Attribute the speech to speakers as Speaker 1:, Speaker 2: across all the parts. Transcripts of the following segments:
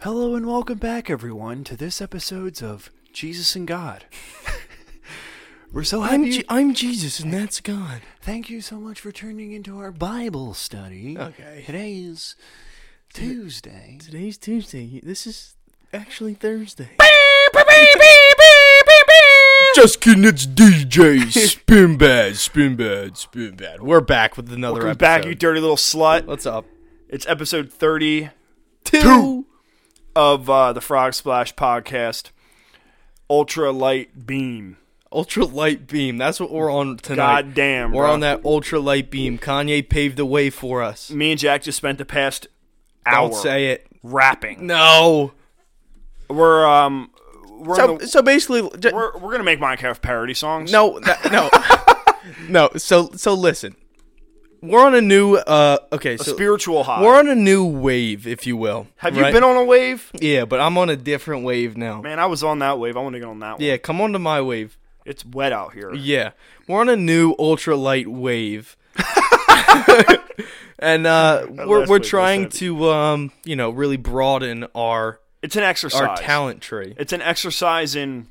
Speaker 1: Hello and welcome back, everyone, to this episode's of Jesus and God. We're so happy.
Speaker 2: I'm,
Speaker 1: you-
Speaker 2: Je- I'm Jesus and that's God.
Speaker 1: Thank you so much for tuning into our Bible study.
Speaker 2: Okay.
Speaker 1: Today is Tuesday.
Speaker 2: Today's Tuesday. This is actually Thursday. Just kidding, it's DJ Spinbad, Spinbad, Spinbad. We're back with another
Speaker 3: Welcome
Speaker 2: episode.
Speaker 3: back, you dirty little slut.
Speaker 2: What's up?
Speaker 3: It's episode 30
Speaker 2: Two.
Speaker 3: of uh, the Frog Splash podcast. Ultra light beam.
Speaker 2: Ultra light beam. That's what we're on tonight.
Speaker 3: God damn.
Speaker 2: We're
Speaker 3: bro.
Speaker 2: on that ultra light beam. Kanye paved the way for us.
Speaker 3: Me and Jack just spent the past hour
Speaker 2: Don't say it.
Speaker 3: rapping.
Speaker 2: No.
Speaker 3: We're um we're in
Speaker 2: So,
Speaker 3: the,
Speaker 2: so basically, ju-
Speaker 3: we're, we're gonna make Minecraft parody songs.
Speaker 2: No, that, no, no. So so listen, we're on a new uh okay. So
Speaker 3: spiritual high.
Speaker 2: we're on a new wave, if you will.
Speaker 3: Have you been on a wave?
Speaker 2: Yeah, but I'm on a different wave now.
Speaker 3: Man, I was on that wave. I want to get on that one.
Speaker 2: Yeah, come on to my wave.
Speaker 3: It's wet out here.
Speaker 2: Yeah, we're on a new ultralight wave, and uh, we're
Speaker 3: last
Speaker 2: we're
Speaker 3: wave was
Speaker 2: trying
Speaker 3: heavy.
Speaker 2: to um you know really broaden our
Speaker 3: It's an exercise.
Speaker 2: our talent tree
Speaker 3: It's an exercise in,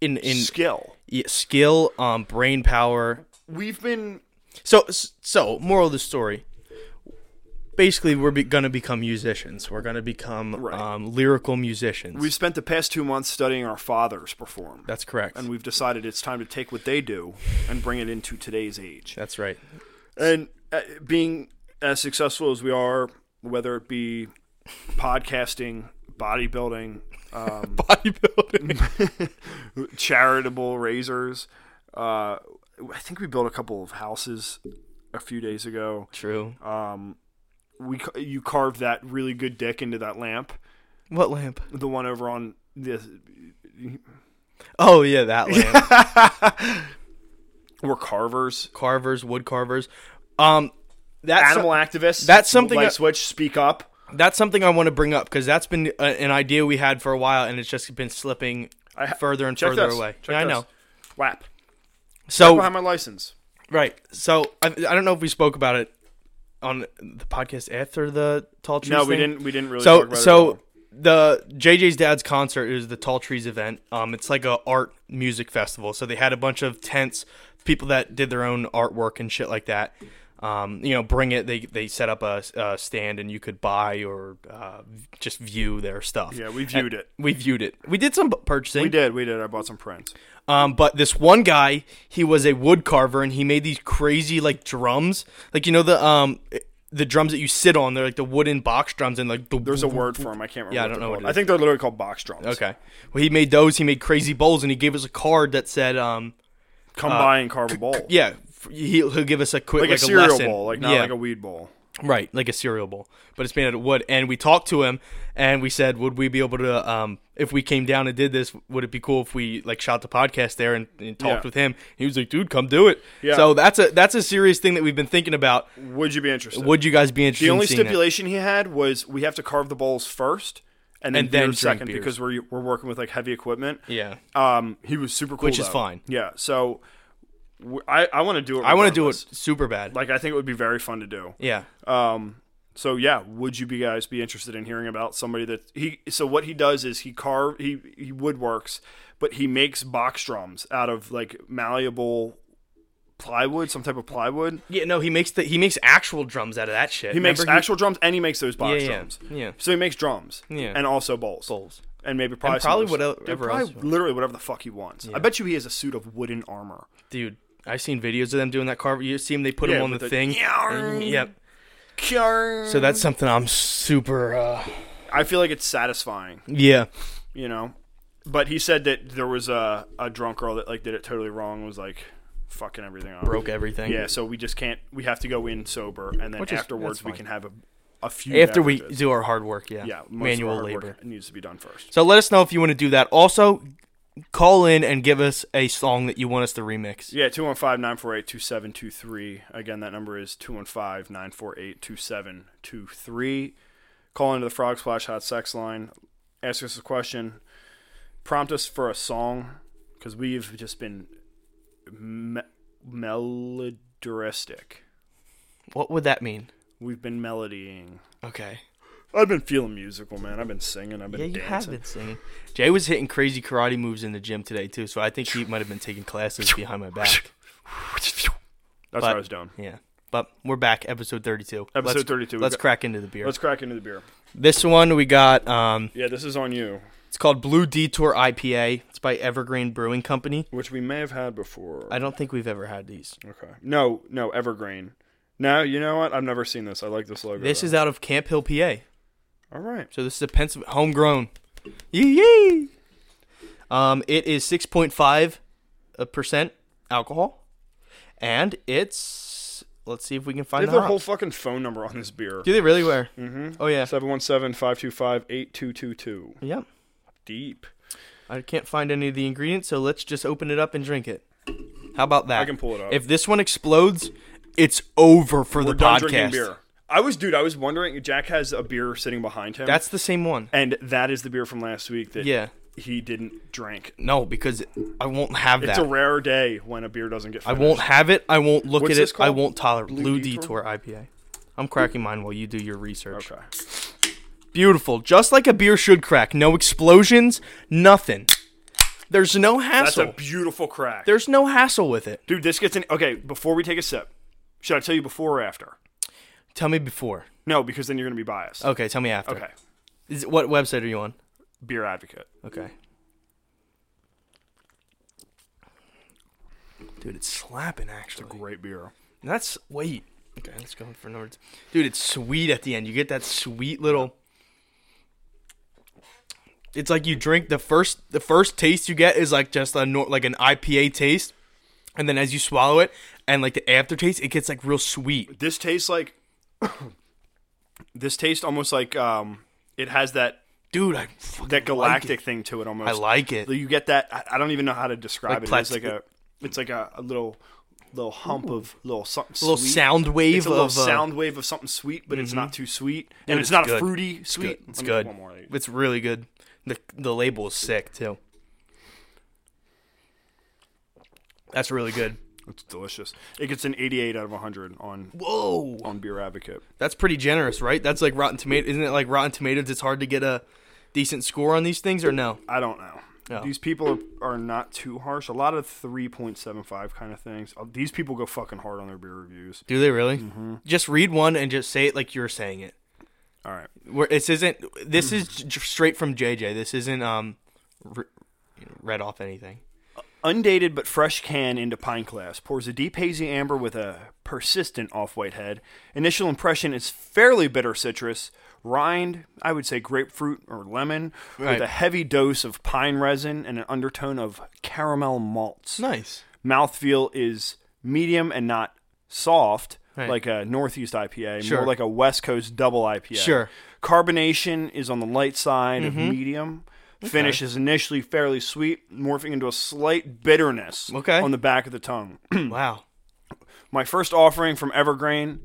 Speaker 2: in in
Speaker 3: skill.
Speaker 2: yeah, skill, um, brain power,
Speaker 3: We've been
Speaker 2: So, so moral of the story. Basically, we're be- going to become musicians. We're going to become
Speaker 3: Right.
Speaker 2: um, lyrical musicians.
Speaker 3: we've spent the past two months studying our fathers perform.
Speaker 2: That's correct.
Speaker 3: and we've decided it's time to take what they do and bring it into today's age.
Speaker 2: That's right.
Speaker 3: And uh, being as successful as we are, whether it be podcasting, bodybuilding, um,
Speaker 2: Bodybuilding.
Speaker 3: charitable razors, uh, I think we built a couple of houses a few days ago.
Speaker 2: True.
Speaker 3: Um, we ca- you carved that really good dick into that lamp,
Speaker 2: What lamp?
Speaker 3: the one over on the.
Speaker 2: Oh yeah, that lamp.
Speaker 3: We're carvers,
Speaker 2: carvers, wood carvers. Um, that's
Speaker 3: animal activists.
Speaker 2: that's something
Speaker 3: Light
Speaker 2: that-
Speaker 3: switch. Speak up.
Speaker 2: that's something I want to bring up because that's been a, an idea we had for a while, and it's just been slipping
Speaker 3: ha-
Speaker 2: further and
Speaker 3: Check
Speaker 2: further
Speaker 3: this.
Speaker 2: away.
Speaker 3: Check
Speaker 2: Yeah, I
Speaker 3: this.
Speaker 2: know.
Speaker 3: Whap.
Speaker 2: So
Speaker 3: Behind my license.
Speaker 2: Right. So I, I don't know if we spoke about it on the podcast after the Tall Trees.
Speaker 3: No, we
Speaker 2: thing.
Speaker 3: didn't. We didn't really.
Speaker 2: So
Speaker 3: talk about it at
Speaker 2: so
Speaker 3: all.
Speaker 2: the JJ's dad's concert is the Tall Trees event. Um, it's like a art music festival. So they had a bunch of tents, people that did their own artwork and shit like that. Um, you know, bring it. They they set up a, a stand and you could buy or uh, just view their stuff.
Speaker 3: yeah, we viewed it.
Speaker 2: We viewed it. We did some purchasing.
Speaker 3: We did. We did. I bought some prints.
Speaker 2: Um, but this one guy, he was a wood carver, and he made these crazy like drums, like you know the um the drums that you sit on. They're like the wooden box drums, and like the
Speaker 3: There's a word for them. I can't remember.
Speaker 2: Yeah, I
Speaker 3: what they're
Speaker 2: don't know what
Speaker 3: called.
Speaker 2: it
Speaker 3: I think they're literally called box drums.
Speaker 2: Okay, well he made those. He made crazy bowls, and he gave us a card that said um
Speaker 3: Come by and carve a bowl,
Speaker 2: yeah f- he'll, he'll give us a quick
Speaker 3: like,
Speaker 2: like,
Speaker 3: a cereal
Speaker 2: lesson.
Speaker 3: bowl, like not
Speaker 2: yeah,
Speaker 3: like a weed bowl.
Speaker 2: right like a cereal bowl, but it's made out of wood. And we talked to him, and we said, would we be able to um if we came down and did this, would it be cool if we like shot the podcast there and, and talked
Speaker 3: Yeah.
Speaker 2: with him? He was like, dude, come do it.
Speaker 3: Yeah.
Speaker 2: So that's a that's a serious thing that we've been thinking about.
Speaker 3: Would you be interested?
Speaker 2: Would you guys be interested?
Speaker 3: the only
Speaker 2: in seeing that?
Speaker 3: stipulation he had was we have to carve the bowls first. And then,
Speaker 2: And then
Speaker 3: beer
Speaker 2: drink
Speaker 3: second
Speaker 2: beers.
Speaker 3: because we're we're working with like heavy equipment.
Speaker 2: Yeah,
Speaker 3: Um, he was super cool,
Speaker 2: Which is
Speaker 3: though.
Speaker 2: fine.
Speaker 3: Yeah, so w- I I want to do it.
Speaker 2: I want to do it
Speaker 3: regardless.
Speaker 2: super bad.
Speaker 3: Like I think it would be very fun to do.
Speaker 2: yeah,
Speaker 3: Um, so yeah, would you be guys be interested in hearing about somebody that he? So what he does is he carve he he woodworks, but he makes box drums out of like malleable plywood, some type of plywood.
Speaker 2: yeah. No, he makes the he makes actual drums out of that shit.
Speaker 3: He makes actual drums and he makes those box
Speaker 2: yeah,
Speaker 3: drums.
Speaker 2: yeah.
Speaker 3: So he makes drums,
Speaker 2: Yeah.
Speaker 3: and also bowls,
Speaker 2: bowls.
Speaker 3: and maybe probably
Speaker 2: And
Speaker 3: some
Speaker 2: probably
Speaker 3: other stuff.
Speaker 2: whatever-
Speaker 3: Dude,
Speaker 2: whatever
Speaker 3: probably
Speaker 2: else you want.
Speaker 3: literally whatever the fuck he wants. I bet you he has a suit of wooden armor.
Speaker 2: Dude, I've seen videos of them doing that carver. You see them? They put
Speaker 3: Yeah,
Speaker 2: him on the,
Speaker 3: with the-
Speaker 2: thing.
Speaker 3: Yarr.
Speaker 2: Yep. So that's something I'm super. uh
Speaker 3: I feel like it's satisfying.
Speaker 2: Yeah.
Speaker 3: you know. But he said that there was a, a drunk girl that like did it totally wrong, was like fucking everything up.
Speaker 2: Broke everything.
Speaker 3: Yeah, so we just can't we have to go in sober and then
Speaker 2: Which is-
Speaker 3: afterwards
Speaker 2: that's
Speaker 3: we
Speaker 2: fine.
Speaker 3: can have a, a few
Speaker 2: After we
Speaker 3: beverages.
Speaker 2: do our hard work, yeah.
Speaker 3: yeah, most of our
Speaker 2: Manual
Speaker 3: hard
Speaker 2: labor.
Speaker 3: work needs to be done first.
Speaker 2: So let us know if you want to do that. Also, call in and give us a song that you want us to remix.
Speaker 3: Yeah, 215-948-2723. Again, that number is 215-948-2723. Call into the Frog Splash Hot Sex line, ask us a question, prompt us for a song cuz we've just been me- melodristic.
Speaker 2: What would that mean?
Speaker 3: We've been melodying.
Speaker 2: Okay.
Speaker 3: I've been feeling musical, man. I've been singing. I've been
Speaker 2: Yeah, you have
Speaker 3: dancing.
Speaker 2: been singing. Jay was hitting crazy karate moves in the gym today too, so I think he might have been taking classes behind my back.
Speaker 3: That's what I was doing.
Speaker 2: Yeah, but we're back, episode thirty-two.
Speaker 3: Episode
Speaker 2: Let's-
Speaker 3: 32, we
Speaker 2: Let's
Speaker 3: got-
Speaker 2: crack into the beer.
Speaker 3: Let's crack into the beer.
Speaker 2: This one we got. Um,
Speaker 3: Yeah, this is on you,
Speaker 2: it's called Blue Detour IPA. It's by Evergreen Brewing Company.
Speaker 3: which we may have had before.
Speaker 2: I don't think we've ever had these.
Speaker 3: okay. No, no, Evergreen. No, you know what? I've never seen this. I like this logo.
Speaker 2: This
Speaker 3: though.
Speaker 2: is out of Camp Hill, PA.
Speaker 3: all right.
Speaker 2: So this is a Pennsylvania homegrown. Yee yee. Um, it is six point five uh, percent alcohol, and it's let's see if we can
Speaker 3: They
Speaker 2: find
Speaker 3: have
Speaker 2: the
Speaker 3: their whole
Speaker 2: hops.
Speaker 3: fucking phone number on this beer.
Speaker 2: Do they really wear? Mm-hmm. Oh yeah.
Speaker 3: 717-525-8222.
Speaker 2: Yep.
Speaker 3: Deep.
Speaker 2: I can't find any of the ingredients, so let's just open it up and drink it. How about that?
Speaker 3: I can pull it up.
Speaker 2: If this one explodes, it's over for
Speaker 3: We're
Speaker 2: the
Speaker 3: done
Speaker 2: podcast.
Speaker 3: drinking beer. I was, dude. I was wondering. Jack has a beer sitting behind him.
Speaker 2: That's the same one.
Speaker 3: and that is the beer from last week that
Speaker 2: Yeah.
Speaker 3: he didn't drink.
Speaker 2: No, because I won't have that.
Speaker 3: It's a rare day when a beer doesn't get.
Speaker 2: I
Speaker 3: Finished.
Speaker 2: won't have it. I won't look
Speaker 3: What's
Speaker 2: at
Speaker 3: this
Speaker 2: it. I
Speaker 3: called?
Speaker 2: won't tolerate Blue,
Speaker 3: Detour?
Speaker 2: Detour? IPA. I'm cracking mine while you do your research.
Speaker 3: Okay.
Speaker 2: Beautiful, just like a beer should crack. No explosions, nothing. There's no
Speaker 3: That's
Speaker 2: hassle.
Speaker 3: a beautiful crack,
Speaker 2: There's no hassle with it.
Speaker 3: dude. This gets an okay. Before we take a sip, should I tell you before or after?
Speaker 2: Tell me before.
Speaker 3: No, because then you're gonna be biased.
Speaker 2: Okay, tell me after.
Speaker 3: Okay.
Speaker 2: Is, what website are you on?
Speaker 3: Beer advocate.
Speaker 2: Okay. Dude, it's slapping actually.
Speaker 3: Great beer.
Speaker 2: And That's wait. Okay, let's go for number two. Dude, it's sweet at the end. You get that sweet little. It's like you drink the first the first taste you get is like just a nor- like an IPA taste, and then as you swallow it and like the aftertaste, it gets like real sweet.
Speaker 3: This tastes like. this tastes almost like um. It has that
Speaker 2: Dude, I fucking
Speaker 3: that galactic
Speaker 2: Like
Speaker 3: thing to it almost.
Speaker 2: it. I like it.
Speaker 3: You get that? I, I don't even know how to describe
Speaker 2: Like
Speaker 3: it. It's
Speaker 2: plat-
Speaker 3: like a, it's like a, a little, little hump of little something.
Speaker 2: little
Speaker 3: sweet.
Speaker 2: sound wave
Speaker 3: It's a little
Speaker 2: of, uh,
Speaker 3: sound wave of something sweet, but it's not too sweet, and it's,
Speaker 2: it's
Speaker 3: not a
Speaker 2: good.
Speaker 3: fruity
Speaker 2: It's good.
Speaker 3: sweet. Let
Speaker 2: It's
Speaker 3: me
Speaker 2: good.
Speaker 3: get One more.
Speaker 2: It's really good. The the label is sick too. That's really good.
Speaker 3: It's delicious. It gets an 88 out of 100 on
Speaker 2: Whoa.
Speaker 3: on Beer Advocate.
Speaker 2: That's pretty generous, right? That's like Rotten Tomatoes. Isn't it like Rotten Tomatoes? It's hard to get a decent score on these things, or no?
Speaker 3: I don't know.
Speaker 2: No.
Speaker 3: These people are, are not too harsh. A lot of 3.75 kind of things. Uh, These people go fucking hard on their beer reviews.
Speaker 2: Do they really? Mm-hmm. Just read one and just say it like you're saying it.
Speaker 3: All right.
Speaker 2: Where this isn't. This is j- straight from JJ. This isn't um, re- you know, read off anything.
Speaker 3: Undated but fresh can into pine glass. Pours a deep hazy amber with a persistent off white head. Initial impression is fairly bitter citrus, rind, I would say grapefruit or lemon,
Speaker 2: Right.
Speaker 3: with a heavy dose of pine resin and an undertone of caramel malts.
Speaker 2: Nice.
Speaker 3: Mouthfeel is medium and not soft,
Speaker 2: Right.
Speaker 3: like a Northeast IPA,
Speaker 2: Sure.
Speaker 3: more like a West Coast double IPA.
Speaker 2: Sure. Mm-hmm.
Speaker 3: Carbonation is on the light side of medium. Finish is initially fairly sweet, morphing into a slight bitterness
Speaker 2: Okay.
Speaker 3: on the back of the tongue.
Speaker 2: wow.
Speaker 3: My first offering from Evergreen,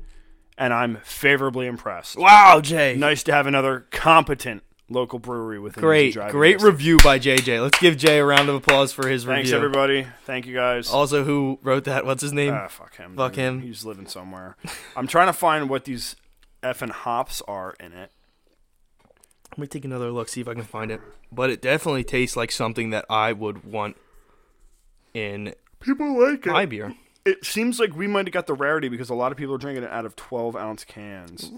Speaker 3: and I'm favorably impressed.
Speaker 2: Wow, Jay.
Speaker 3: Nice to have another competent local brewery within easy
Speaker 2: great,
Speaker 3: driving
Speaker 2: great
Speaker 3: distance.
Speaker 2: review by JJ. Let's give Jay a round of applause for his
Speaker 3: Thanks
Speaker 2: review.
Speaker 3: everybody. Thank you guys.
Speaker 2: Also, who wrote that? What's his name?
Speaker 3: Ah, fuck him.
Speaker 2: Fuck him.
Speaker 3: He's living somewhere. I'm trying to find what these effing hops are in it.
Speaker 2: Let me take another look, see if I can find it. But it definitely tastes like something that I would want in
Speaker 3: People like
Speaker 2: my beer.
Speaker 3: It seems like we might have got the rarity because a lot of people are drinking it out of 12 ounce cans.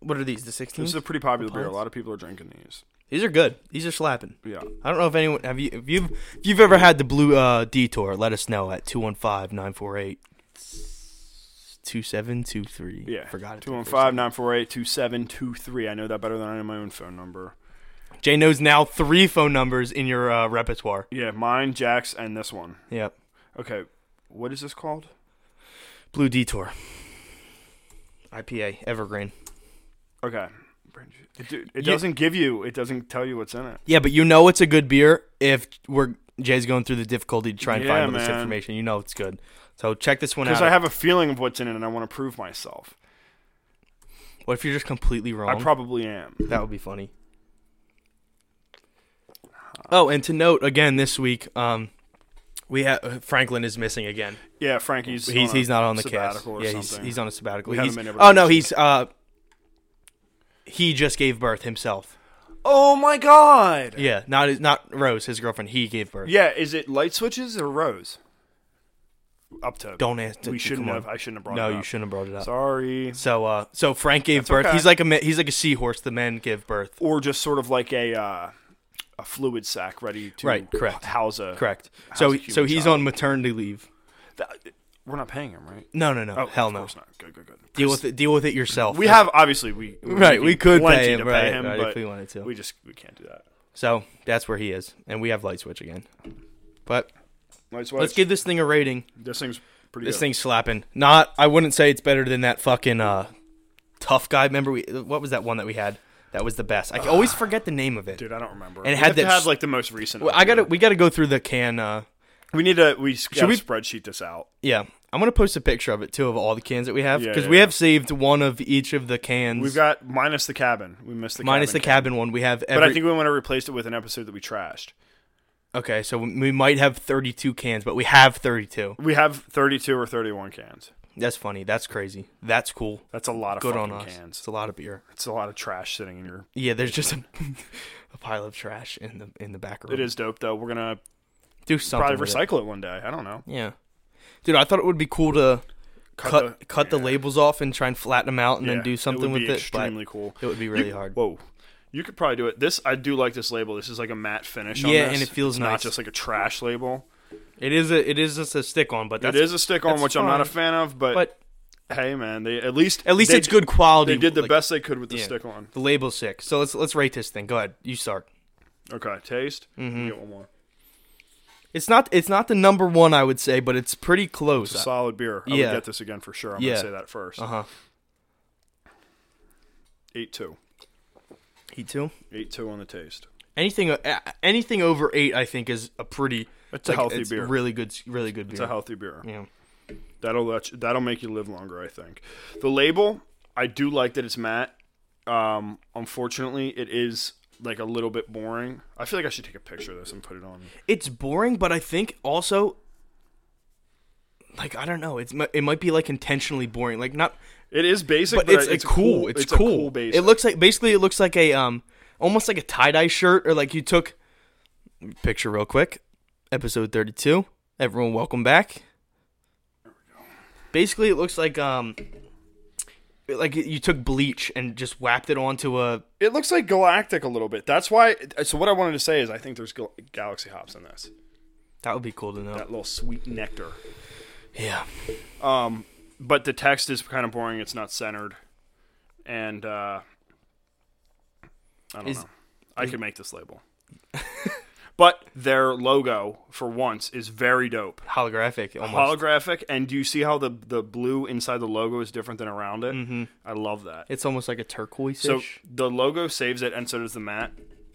Speaker 2: What are these? The 16s?
Speaker 3: This is a pretty popular beer. A
Speaker 2: pints?
Speaker 3: lot of people are drinking these.
Speaker 2: These are good. These are slapping.
Speaker 3: Yeah.
Speaker 2: I don't know if anyone have you if you've if you've ever had the blue uh, detour, let us know at 215-948-2723.
Speaker 3: Yeah.
Speaker 2: Forgot it.
Speaker 3: 215 948 2723. I know that better than I know my own phone number.
Speaker 2: Jay knows now three phone numbers in your uh, repertoire.
Speaker 3: Yeah, mine, Jack's, and this one.
Speaker 2: Yep.
Speaker 3: Okay. What is this called?
Speaker 2: Blue Detour. IPA Evergreen.
Speaker 3: Okay. It, do- it doesn't give you, it doesn't tell you what's in it.
Speaker 2: Yeah, but you know it's a good beer if we're Jay's going through the difficulty to try and
Speaker 3: Yeah,
Speaker 2: find all this
Speaker 3: man.
Speaker 2: information. You know it's good. So check this one out.
Speaker 3: Because I have a feeling of what's in it and I want to prove myself.
Speaker 2: what if you're just completely wrong?
Speaker 3: I probably am.
Speaker 2: that would be funny. Oh, and to note again this week, um, we have Franklin is missing again.
Speaker 3: Yeah, Frankie's
Speaker 2: He's
Speaker 3: on a
Speaker 2: he's not on the
Speaker 3: sabbatical
Speaker 2: cast.
Speaker 3: or
Speaker 2: yeah, he's
Speaker 3: something.
Speaker 2: he's on a sabbatical.
Speaker 3: We had
Speaker 2: He's-
Speaker 3: him in every
Speaker 2: oh no,
Speaker 3: episode.
Speaker 2: he's uh, he just gave birth himself.
Speaker 1: Oh my god!
Speaker 2: Yeah, not his, not Rose, his girlfriend. He gave birth.
Speaker 3: Yeah, is it light switches or rose? Up to
Speaker 2: Don't ask.
Speaker 3: We shouldn't
Speaker 2: come on.
Speaker 3: have. I shouldn't have brought.
Speaker 2: No,
Speaker 3: it up.
Speaker 2: you shouldn't have brought it up.
Speaker 3: Sorry.
Speaker 2: So, uh, so Frank gave birth.
Speaker 3: okay.
Speaker 2: He's like a ma- he's like a seahorse. The men give birth.
Speaker 3: Or just sort of like a uh, a fluid sack ready to
Speaker 2: Right, correct.
Speaker 3: house a
Speaker 2: Correct.
Speaker 3: house
Speaker 2: So,
Speaker 3: a
Speaker 2: so
Speaker 3: human
Speaker 2: he's
Speaker 3: child.
Speaker 2: on maternity leave.
Speaker 3: That- we're not paying him, right?
Speaker 2: No, no, no. Hell
Speaker 3: of
Speaker 2: no.
Speaker 3: course not. Good, good, good.
Speaker 2: Deal with it. Deal with it yourself.
Speaker 3: We have obviously we
Speaker 2: Right, we could
Speaker 3: plenty
Speaker 2: pay him,
Speaker 3: to
Speaker 2: right,
Speaker 3: pay him,
Speaker 2: right, if
Speaker 3: but
Speaker 2: we wanted to.
Speaker 3: we just we can't do that.
Speaker 2: So that's where he is, and we have light switch again. But
Speaker 3: Let's,
Speaker 2: let's give this thing a rating.
Speaker 3: this thing's pretty.
Speaker 2: This
Speaker 3: good.
Speaker 2: thing's slapping. Not. I wouldn't say it's better than that fucking uh, tough guy. Remember we? What was that one that we had? That was the best. I always forget the name of it.
Speaker 3: Ah, dude, I don't remember.
Speaker 2: And it
Speaker 3: we
Speaker 2: had
Speaker 3: have to
Speaker 2: that
Speaker 3: have
Speaker 2: s-
Speaker 3: like the most recent.
Speaker 2: I gotta. We gotta go through the can. Uh,
Speaker 3: We need to. We should
Speaker 2: we-
Speaker 3: spreadsheet this out.
Speaker 2: yeah. I'm gonna post a picture of it too of all the cans that we have
Speaker 3: Yeah,
Speaker 2: because
Speaker 3: yeah,
Speaker 2: we
Speaker 3: yeah.
Speaker 2: have saved one of each of the cans.
Speaker 3: We've got minus the cabin. We missed the
Speaker 2: minus the
Speaker 3: cabin.
Speaker 2: cabin one. We have every.
Speaker 3: But I think we want to replace it with an episode that we trashed.
Speaker 2: okay, so we might have 32 cans, but we have 32.
Speaker 3: We have 32 or 31 cans.
Speaker 2: That's funny. That's crazy. That's cool.
Speaker 3: That's a lot of
Speaker 2: Good on
Speaker 3: fucking
Speaker 2: us. It's
Speaker 3: cans.
Speaker 2: a lot of beer.
Speaker 3: It's a lot of trash sitting in your.
Speaker 2: Yeah, there's just a, a pile of trash in the in the back room.
Speaker 3: It is dope though. We're gonna
Speaker 2: do something.
Speaker 3: probably
Speaker 2: with it.
Speaker 3: recycle it. one day. I don't know.
Speaker 2: Yeah, dude, I thought it would be cool to cut cut the,
Speaker 3: yeah.
Speaker 2: labels off and try and flatten them out and
Speaker 3: Yeah.
Speaker 2: then do something
Speaker 3: would
Speaker 2: with
Speaker 3: be
Speaker 2: it.
Speaker 3: Extremely
Speaker 2: but
Speaker 3: cool.
Speaker 2: It would be really
Speaker 3: You-
Speaker 2: hard.
Speaker 3: Whoa. You could probably do it. This I do like this label. This is like a matte finish. on
Speaker 2: Yeah,
Speaker 3: this.
Speaker 2: and it feels
Speaker 3: It's Not
Speaker 2: nice.
Speaker 3: just like a trash label.
Speaker 2: It is a it is just a stick on, but that's,
Speaker 3: it is a stick on,
Speaker 2: that's
Speaker 3: which I'm not a
Speaker 2: fine.
Speaker 3: fan of. But,
Speaker 2: But
Speaker 3: hey, man, they at least
Speaker 2: at least
Speaker 3: they-
Speaker 2: it's good quality.
Speaker 3: They did the
Speaker 2: like,
Speaker 3: best they could with the
Speaker 2: yeah.
Speaker 3: stick on.
Speaker 2: The label's sick. So let's let's rate this thing. Go ahead, you start.
Speaker 3: Okay, taste. Mm-hmm. Get one more.
Speaker 2: It's not it's not the number one I would say, but it's pretty close.
Speaker 3: It's a solid beer. I
Speaker 2: yeah.
Speaker 3: would get this again for sure. I'm
Speaker 2: Yeah.
Speaker 3: gonna say that first.
Speaker 2: Uh huh.
Speaker 3: Eight two.
Speaker 2: Heat two.
Speaker 3: Eight two on the taste.
Speaker 2: Anything uh, anything over eight, I think, is a pretty.
Speaker 3: It's a healthy beer.
Speaker 2: Really good, really good beer.
Speaker 3: It's a healthy beer.
Speaker 2: yeah.
Speaker 3: That'll let you, that'll make you live longer, I think. The label, I do like that it's matte. Um, unfortunately, it is like a little bit boring. I feel like I should take a picture of this and put it on.
Speaker 2: it's boring, but I think also, like I don't know, it's mi- it might be like intentionally boring, like not,
Speaker 3: It is basic,
Speaker 2: but
Speaker 3: but,
Speaker 2: it's,
Speaker 3: I-
Speaker 2: it's cool. It's, cool.
Speaker 3: A cool basic.
Speaker 2: It looks like basically it looks like a um almost like a tie dye shirt or like you took picture real quick. Episode thirty two. Everyone, welcome back. Basically, it looks like um like you took bleach and just whapped it onto a
Speaker 3: it looks like Galactic a little bit. That's why. So what I wanted to say is, I think there's gal- Galaxy hops in this.
Speaker 2: that would be cool to know.
Speaker 3: That little sweet nectar.
Speaker 2: yeah.
Speaker 3: Um, but the text is kind of boring. It's not centered, and uh, I don't
Speaker 2: Is-
Speaker 3: know. I could make this label, but their logo for once is very dope,
Speaker 2: Holographic almost.
Speaker 3: holographic. And do you see how the the blue inside the logo is different than around it? Mm-hmm. I love that.
Speaker 2: it's almost like a turquoise.
Speaker 3: so the logo saves it, and so does the mat.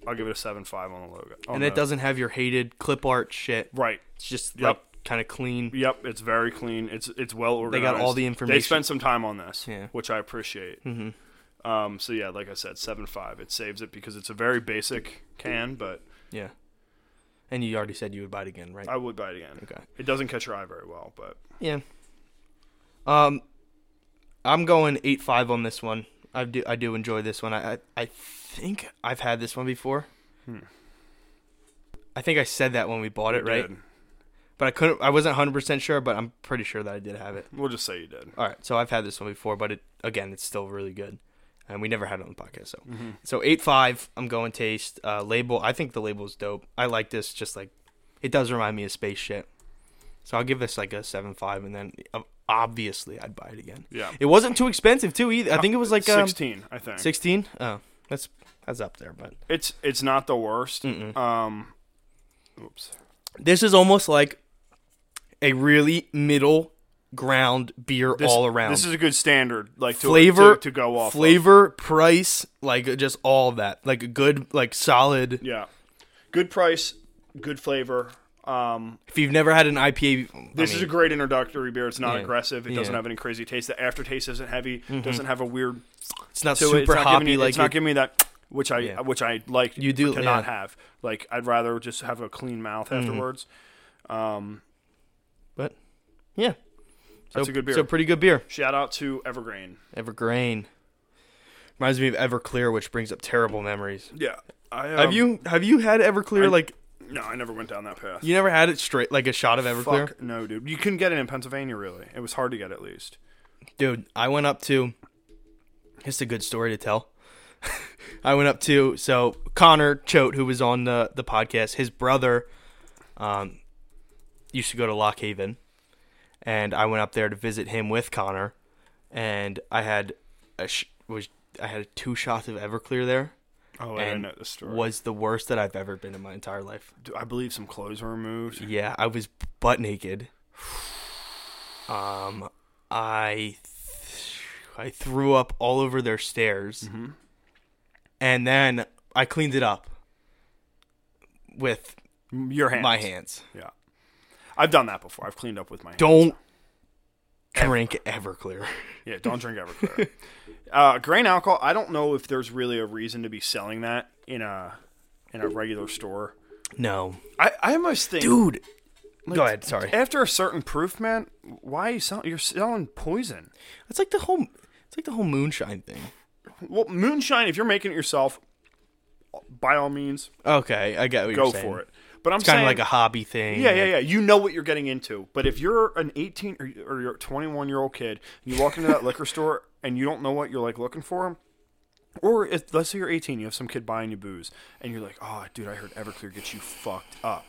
Speaker 3: I'll give it a seven five on the logo.
Speaker 2: and it doesn't have your hated clip art shit.
Speaker 3: right.
Speaker 2: It's just
Speaker 3: Yep.
Speaker 2: like kind of clean.
Speaker 3: Yep, it's very clean. It's it's well
Speaker 2: got
Speaker 3: organized.
Speaker 2: all the
Speaker 3: They
Speaker 2: information.
Speaker 3: spent some time on this,
Speaker 2: Yeah. Mm-hmm.
Speaker 3: which I appreciate. Um, so yeah, like I said, seven five. It saves it because it's a very basic can, but
Speaker 2: Yeah. And you already said you would buy it again, right?
Speaker 3: I would buy it again.
Speaker 2: Okay.
Speaker 3: It doesn't catch your eye very well, but
Speaker 2: yeah. Um, I'm going eight five on this one. I do I do enjoy this one. I I, I think I've had this one before. I think I said that when we bought it, right?
Speaker 3: Good.
Speaker 2: But I couldn't. I wasn't 100 percent sure, but I'm pretty sure that I did have it.
Speaker 3: We'll just say you did.
Speaker 2: All right, so I've had this one before, but it again, it's still really good, and we never had it on the podcast. So,
Speaker 3: Mm-hmm.
Speaker 2: so eight five. I'm going taste uh, label. I think the label is dope. I like this. Just like it does remind me of space shit. So I'll give this like a seven five, and then uh, obviously I'd buy it again.
Speaker 3: Yeah.
Speaker 2: it wasn't too expensive too either. I think it was like um,
Speaker 3: sixteen, I think.
Speaker 2: sixteen. Oh, that's that's up there, but
Speaker 3: It's it's not the worst. Um, oops.
Speaker 2: this is almost like a really middle ground beer
Speaker 3: This-
Speaker 2: all around.
Speaker 3: This is a good standard, like to,
Speaker 2: flavor
Speaker 3: to, to go off. of.
Speaker 2: flavor price like just all that like a good like solid
Speaker 3: Yeah. Good price, good flavor. Um,
Speaker 2: if you've never had an ipa I
Speaker 3: This
Speaker 2: mean,
Speaker 3: is a great introductory beer. It's not
Speaker 2: Yeah.
Speaker 3: aggressive. It doesn't
Speaker 2: Yeah.
Speaker 3: have any crazy taste. The aftertaste isn't heavy. Doesn't have a weird
Speaker 2: it's not
Speaker 3: to
Speaker 2: super
Speaker 3: it. It's not,
Speaker 2: hoppy
Speaker 3: giving, you-
Speaker 2: like
Speaker 3: it's not
Speaker 2: your-
Speaker 3: giving me that which I
Speaker 2: Yeah.
Speaker 3: which I like
Speaker 2: You do-
Speaker 3: to not
Speaker 2: yeah. Mm-hmm.
Speaker 3: have. Like I'd rather just have a clean mouth afterwards. Um,
Speaker 2: but yeah
Speaker 3: That's
Speaker 2: so,
Speaker 3: a good beer.
Speaker 2: so pretty good beer
Speaker 3: shout out to Evergreen.
Speaker 2: evergreen Reminds me of Everclear, which brings up terrible memories.
Speaker 3: Yeah. I, um,
Speaker 2: Have you have you had Everclear?
Speaker 3: I-
Speaker 2: like
Speaker 3: No, I never went down that path.
Speaker 2: you never had it straight, like a shot of Everclear,
Speaker 3: Fuck no, dude. You couldn't get it in Pennsylvania, really. It was hard to get, at least.
Speaker 2: dude. I went up to. It's a good story to tell. I went up to so Connor Choate, who was on the the podcast, his brother, um, used to go to Lock Haven, and I went up there to visit him with Connor, and I had a sh- was I had two shots of Everclear there.
Speaker 3: Oh, I
Speaker 2: and
Speaker 3: know this story.
Speaker 2: was the worst that I've ever been in my entire life.
Speaker 3: I believe some clothes were removed.
Speaker 2: Yeah, I was butt naked. Um, I th- I threw up all over their stairs, and then I cleaned it up with
Speaker 3: Your hands.
Speaker 2: my hands.
Speaker 3: Yeah. I've done that before. I've cleaned up with my hands.
Speaker 2: Don't drink Everclear.
Speaker 3: Yeah, don't drink Everclear. uh, grain alcohol. I don't know if there's really a reason to be selling that in a in a regular store.
Speaker 2: No,
Speaker 3: I, I almost think,
Speaker 2: dude. Go ahead. Sorry.
Speaker 3: after a certain proof, man, why are you selling? You're selling poison.
Speaker 2: It's like the whole. It's like the whole moonshine thing.
Speaker 3: Well, moonshine. If you're making it yourself, by all means,
Speaker 2: Okay, I get what
Speaker 3: go
Speaker 2: you're saying.
Speaker 3: for it. But I'm
Speaker 2: It's kind
Speaker 3: saying
Speaker 2: of like a hobby thing.
Speaker 3: Yeah, yeah, yeah. You know what you're getting into. But if you're an 18 or, or you're a 21 year old kid, and you walk into that liquor store and you don't know what you're like looking for, or if, let's say you're 18, you have some kid buying you booze, and you're like, "Oh, dude, I heard Everclear gets you fucked up,"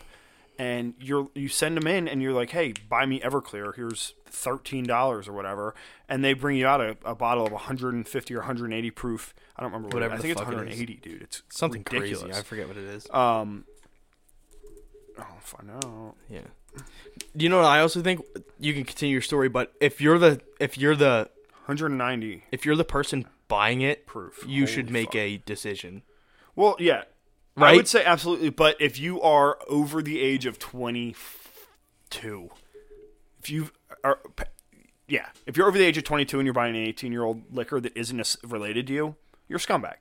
Speaker 3: and you're you send them in and you're like, "Hey, buy me Everclear. Here's thirteen dollars or whatever," and they bring you out a, a bottle of 150 or 180 proof. I don't remember what It,
Speaker 2: Whatever
Speaker 3: I
Speaker 2: the
Speaker 3: think it's
Speaker 2: fuck it is.
Speaker 3: 180, dude. It's
Speaker 2: Something
Speaker 3: ridiculous.
Speaker 2: crazy. I forget what it is.
Speaker 3: I'll find out.
Speaker 2: Yeah. You know what I also think you can continue your story, but if you're the if you're the
Speaker 3: 190.
Speaker 2: if you're the person buying it,
Speaker 3: Proof.
Speaker 2: you should
Speaker 3: Holy
Speaker 2: make
Speaker 3: fuck.
Speaker 2: a decision.
Speaker 3: Well, yeah. I
Speaker 2: Right?
Speaker 3: would say absolutely, but if you are over the age of 22, if you are yeah, if you're over the age of 22 and you're buying an 18-year-old liquor that isn't as- related to you, you're a scumbag.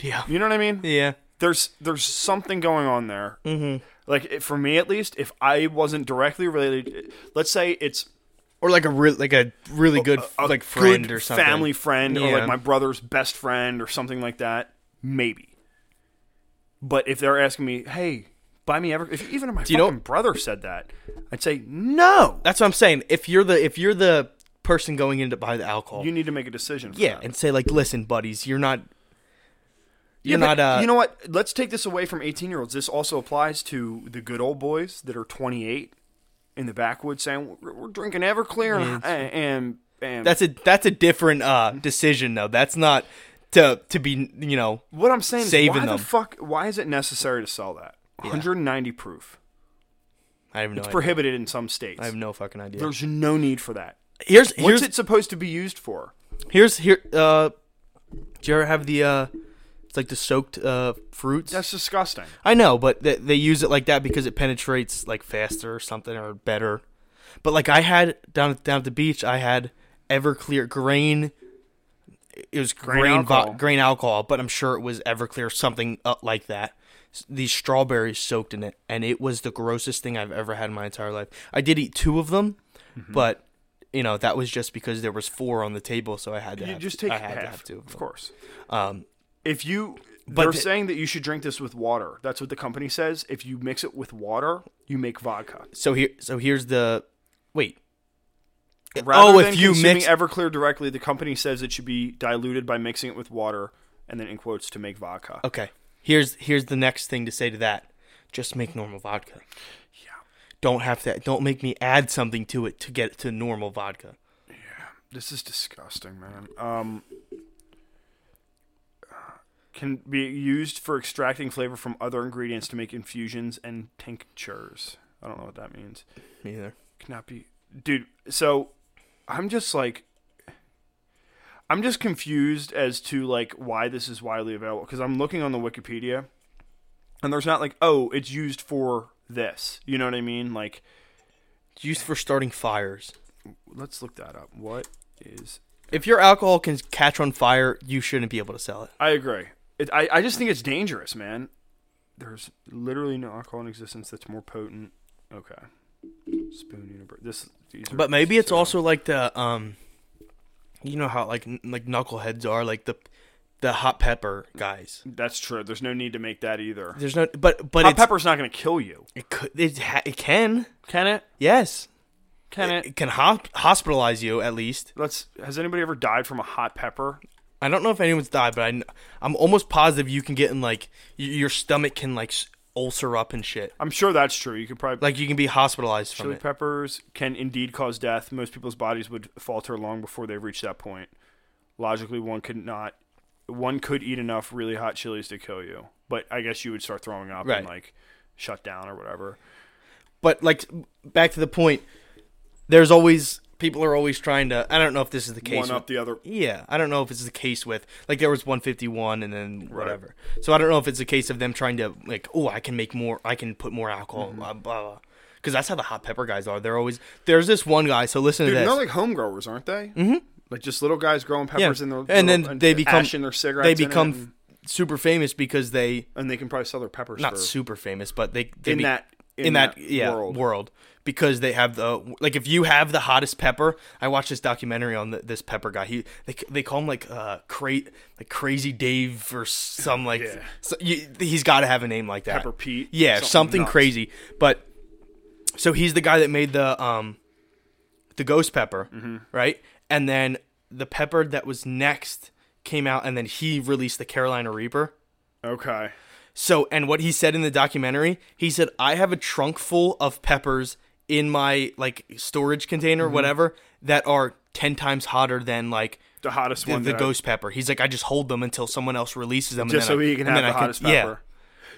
Speaker 2: Yeah.
Speaker 3: You know what I mean?
Speaker 2: Yeah.
Speaker 3: There's there's something going on there. Mm-hmm. Like it, for me at least, if I wasn't directly related, let's say it's
Speaker 2: Or like a real like a really good
Speaker 3: a
Speaker 2: like
Speaker 3: good
Speaker 2: friend or something.
Speaker 3: family friend, or
Speaker 2: Yeah.
Speaker 3: like my brother's best friend, or something like that. Maybe. But if they're asking me, "Hey, buy me ever," if even if my
Speaker 2: you know-
Speaker 3: fucking brother said that, I'd say no.
Speaker 2: That's what I'm saying. If you're the if you're the person going in to buy the alcohol,
Speaker 3: You need to make a decision. For
Speaker 2: yeah,
Speaker 3: that.
Speaker 2: and say like, listen, buddies, you're not. You're
Speaker 3: Yeah,
Speaker 2: not.
Speaker 3: but
Speaker 2: Uh,
Speaker 3: you know what? Let's take this away from 18 year olds. This also applies to the good old boys that are 28 in the backwoods saying, "We're, we're drinking Everclear," and, and and
Speaker 2: that's a that's a different uh decision though. That's not to to be you know
Speaker 3: What I'm saying
Speaker 2: Saving
Speaker 3: is, why
Speaker 2: them.
Speaker 3: the fuck? Why is it necessary to sell that? 190 proof.
Speaker 2: I have no idea.
Speaker 3: prohibited in some states.
Speaker 2: I have no fucking idea.
Speaker 3: There's no need for that.
Speaker 2: here's
Speaker 3: What's
Speaker 2: here's
Speaker 3: it supposed to be used for?
Speaker 2: Here's here. Uh, do you ever have the uh, it's like the soaked uh fruits?
Speaker 3: That's disgusting.
Speaker 2: I know, but they, they use it like that because it penetrates like faster or something or better. But like I had down down at the beach, I had Everclear grain. It was grain grain alcohol,
Speaker 3: alcohol.
Speaker 2: grain alcohol but I'm sure it was Everclear something uh, like that. S- These strawberries soaked in it, and it was the grossest thing I've ever had in my entire life. I did eat two of them,
Speaker 3: Mm-hmm.
Speaker 2: but you know that was just because there was four on the table, so I had to.
Speaker 3: You
Speaker 2: have
Speaker 3: just
Speaker 2: to-
Speaker 3: take
Speaker 2: I had
Speaker 3: half,
Speaker 2: to have two of
Speaker 3: of
Speaker 2: them.
Speaker 3: course.
Speaker 2: Um,
Speaker 3: If you, they're
Speaker 2: the-
Speaker 3: saying that you should drink this with water. That's what the company says. If you mix it with water, you make vodka.
Speaker 2: so here, so here's the wait.
Speaker 3: Rather
Speaker 2: oh,
Speaker 3: than
Speaker 2: if you
Speaker 3: consuming
Speaker 2: mix
Speaker 3: Everclear directly, the company says it should be diluted by mixing it with water, and then in quotes to make vodka.
Speaker 2: Okay. Here's here's the next thing to say to that. Just make normal vodka. Yeah. Don't have to don't make me add something to it to get it to normal vodka.
Speaker 3: This is disgusting, man. Um, can be used for extracting flavor from other ingredients to make infusions and tinctures. I don't know what that means.
Speaker 2: Me either.
Speaker 3: Cannot be, dude. So I'm just like, I'm just confused as to like why this is widely available because I'm looking on the Wikipedia, and there's not like, oh, it's used for this. You know what I mean? Like,
Speaker 2: It's used for starting fires.
Speaker 3: let's look that up. What is
Speaker 2: If your alcohol can catch on fire, you shouldn't be able to sell it.
Speaker 3: I agree. It, I, I just think it's dangerous, man. There's literally no alcohol in existence that's more potent. Okay. Spoon Universe. This. These are
Speaker 2: But maybe it's
Speaker 3: so-
Speaker 2: also like the um you know how like n- like knuckleheads are like the the hot pepper guys.
Speaker 3: That's true. There's no need to make that either.
Speaker 2: There's no but but
Speaker 3: Hot
Speaker 2: it's,
Speaker 3: pepper's not going to kill you.
Speaker 2: it could it, ha- it can
Speaker 3: Can it?
Speaker 2: yes
Speaker 3: Can
Speaker 2: it can hop- hospitalize you at least.
Speaker 3: Let's. Has anybody ever died from a hot pepper?
Speaker 2: I don't know if anyone's died, but I kn- I'm almost positive you can get in like y- your stomach can like s- ulcer up and shit.
Speaker 3: I'm sure that's true. You could probably.
Speaker 2: Like you can be hospitalized from
Speaker 3: chili
Speaker 2: it.
Speaker 3: peppers can indeed cause death. Most people's bodies would falter long before they reach that point. Logically, one could not. One could eat enough really hot chilies to kill you, but I guess you would start throwing up
Speaker 2: Right.
Speaker 3: and like shut down or whatever.
Speaker 2: but like back to the point there's always people are always trying to i don't know if this is the case
Speaker 3: One up
Speaker 2: with,
Speaker 3: the other.
Speaker 2: yeah i don't know if it's the case with like there was 151 and then whatever so i don't know if it's a case of them trying to like oh i can make more i can put more
Speaker 3: Mm-hmm.
Speaker 2: alcohol blah blah blah because that's how the hot pepper guys are they're always there's this one guy so listen
Speaker 3: Dude,
Speaker 2: to this
Speaker 3: they're like home growers, aren't they? Mm-hmm. Like just little guys growing peppers
Speaker 2: Yeah.
Speaker 3: in their
Speaker 2: And then
Speaker 3: little-
Speaker 2: they become-
Speaker 3: ash in their cigarettes.
Speaker 2: they
Speaker 3: in it,
Speaker 2: become
Speaker 3: and,
Speaker 2: f- super famous because they
Speaker 3: and they can probably sell their peppers
Speaker 2: not
Speaker 3: for,
Speaker 2: super famous but they, they
Speaker 3: in
Speaker 2: be-
Speaker 3: that
Speaker 2: in, that, yeah, world. because they have the like if you have the hottest pepper i watched this documentary on th this pepper guy he they, they call him like uh cra- like crazy dave or some like so you, he's got to have a name like that
Speaker 3: Pepper Pete,
Speaker 2: yeah something,
Speaker 3: something nuts.
Speaker 2: crazy but so he's the guy that made the um the ghost pepper
Speaker 3: Mm-hmm.
Speaker 2: right and then the pepper that was next came out and then he released the carolina reaper
Speaker 3: Okay.
Speaker 2: so, and what he said in the documentary, he said, I have a trunk full of peppers in my like storage container,
Speaker 3: Mm-hmm.
Speaker 2: whatever, that are 10 times hotter than like
Speaker 3: The hottest
Speaker 2: the,
Speaker 3: one.
Speaker 2: the
Speaker 3: that I-
Speaker 2: ghost pepper. He's like, I just hold them until someone else releases them.
Speaker 3: just
Speaker 2: and
Speaker 3: so
Speaker 2: then I-
Speaker 3: he can
Speaker 2: and
Speaker 3: have
Speaker 2: then
Speaker 3: the
Speaker 2: I
Speaker 3: hottest
Speaker 2: yeah.
Speaker 3: pepper.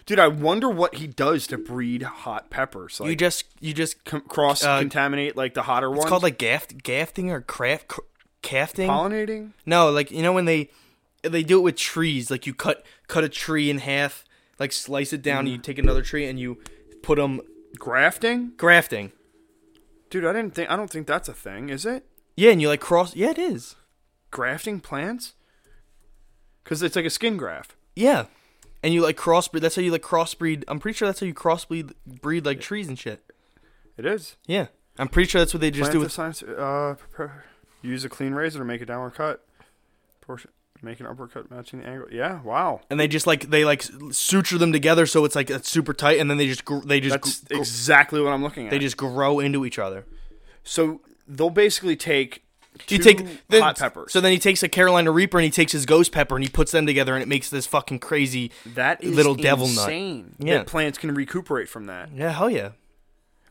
Speaker 3: Dude, I wonder what he does to breed hot peppers. Like
Speaker 2: You just, you just,
Speaker 3: com- cross
Speaker 2: uh,
Speaker 3: contaminate like the hotter ones.
Speaker 2: it's called like gaff, gaffing or craft, cr- cafting.
Speaker 3: pollinating.
Speaker 2: No, like you know when they they do it with trees, like you cut cut a tree in half, like slice it down, and you take another tree and you put them
Speaker 3: Grafting?
Speaker 2: grafting.
Speaker 3: Dude, I didn't think I don't think that's a thing, is it?
Speaker 2: Yeah, and you like cross. Yeah, it is.
Speaker 3: Grafting plants? Cuz it's like a skin graft.
Speaker 2: Yeah. And you like crossbreed. That's how you like crossbreed. I'm pretty sure that's how you crossbreed breed like trees and shit.
Speaker 3: It is.
Speaker 2: Yeah. I'm pretty sure that's what they
Speaker 3: Plant
Speaker 2: just do
Speaker 3: the
Speaker 2: with.
Speaker 3: science uh prepare- use a clean razor to make a downward cut. Portion make an upward cut matching the angle. Yeah, wow.
Speaker 2: And they just like they like suture them together so it's like it's super tight, and then they just gr- they just
Speaker 3: That's
Speaker 2: gr- gr-
Speaker 3: exactly what I'm looking at.
Speaker 2: they just grow into each other.
Speaker 3: so they'll basically take two
Speaker 2: You take then,
Speaker 3: hot peppers.
Speaker 2: So then he takes a Carolina Reaper and he takes his ghost pepper and he puts them together and it makes this fucking crazy
Speaker 3: that is
Speaker 2: little devil nut.
Speaker 3: insane
Speaker 2: Yeah.
Speaker 3: that plants can recuperate from that.
Speaker 2: Yeah, hell yeah.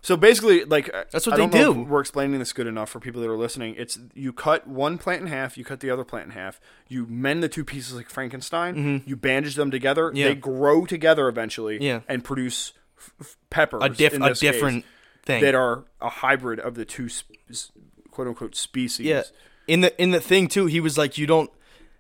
Speaker 3: So basically, like I-
Speaker 2: That's what
Speaker 3: I
Speaker 2: they
Speaker 3: don't know
Speaker 2: do.
Speaker 3: if we're explaining this good enough for people that are listening. It's you cut one plant in half, you cut the other plant in half, you mend the two pieces like Frankenstein, you bandage them together,
Speaker 2: Mm-hmm. Yeah.
Speaker 3: they grow together eventually,
Speaker 2: Yeah.
Speaker 3: and produce f- f- peppers.
Speaker 2: A diff
Speaker 3: in
Speaker 2: a
Speaker 3: this case,
Speaker 2: different thing.
Speaker 3: that are a hybrid of the two sp- s- quote unquote species.
Speaker 2: Yeah. In the in the thing too, he was like, you don't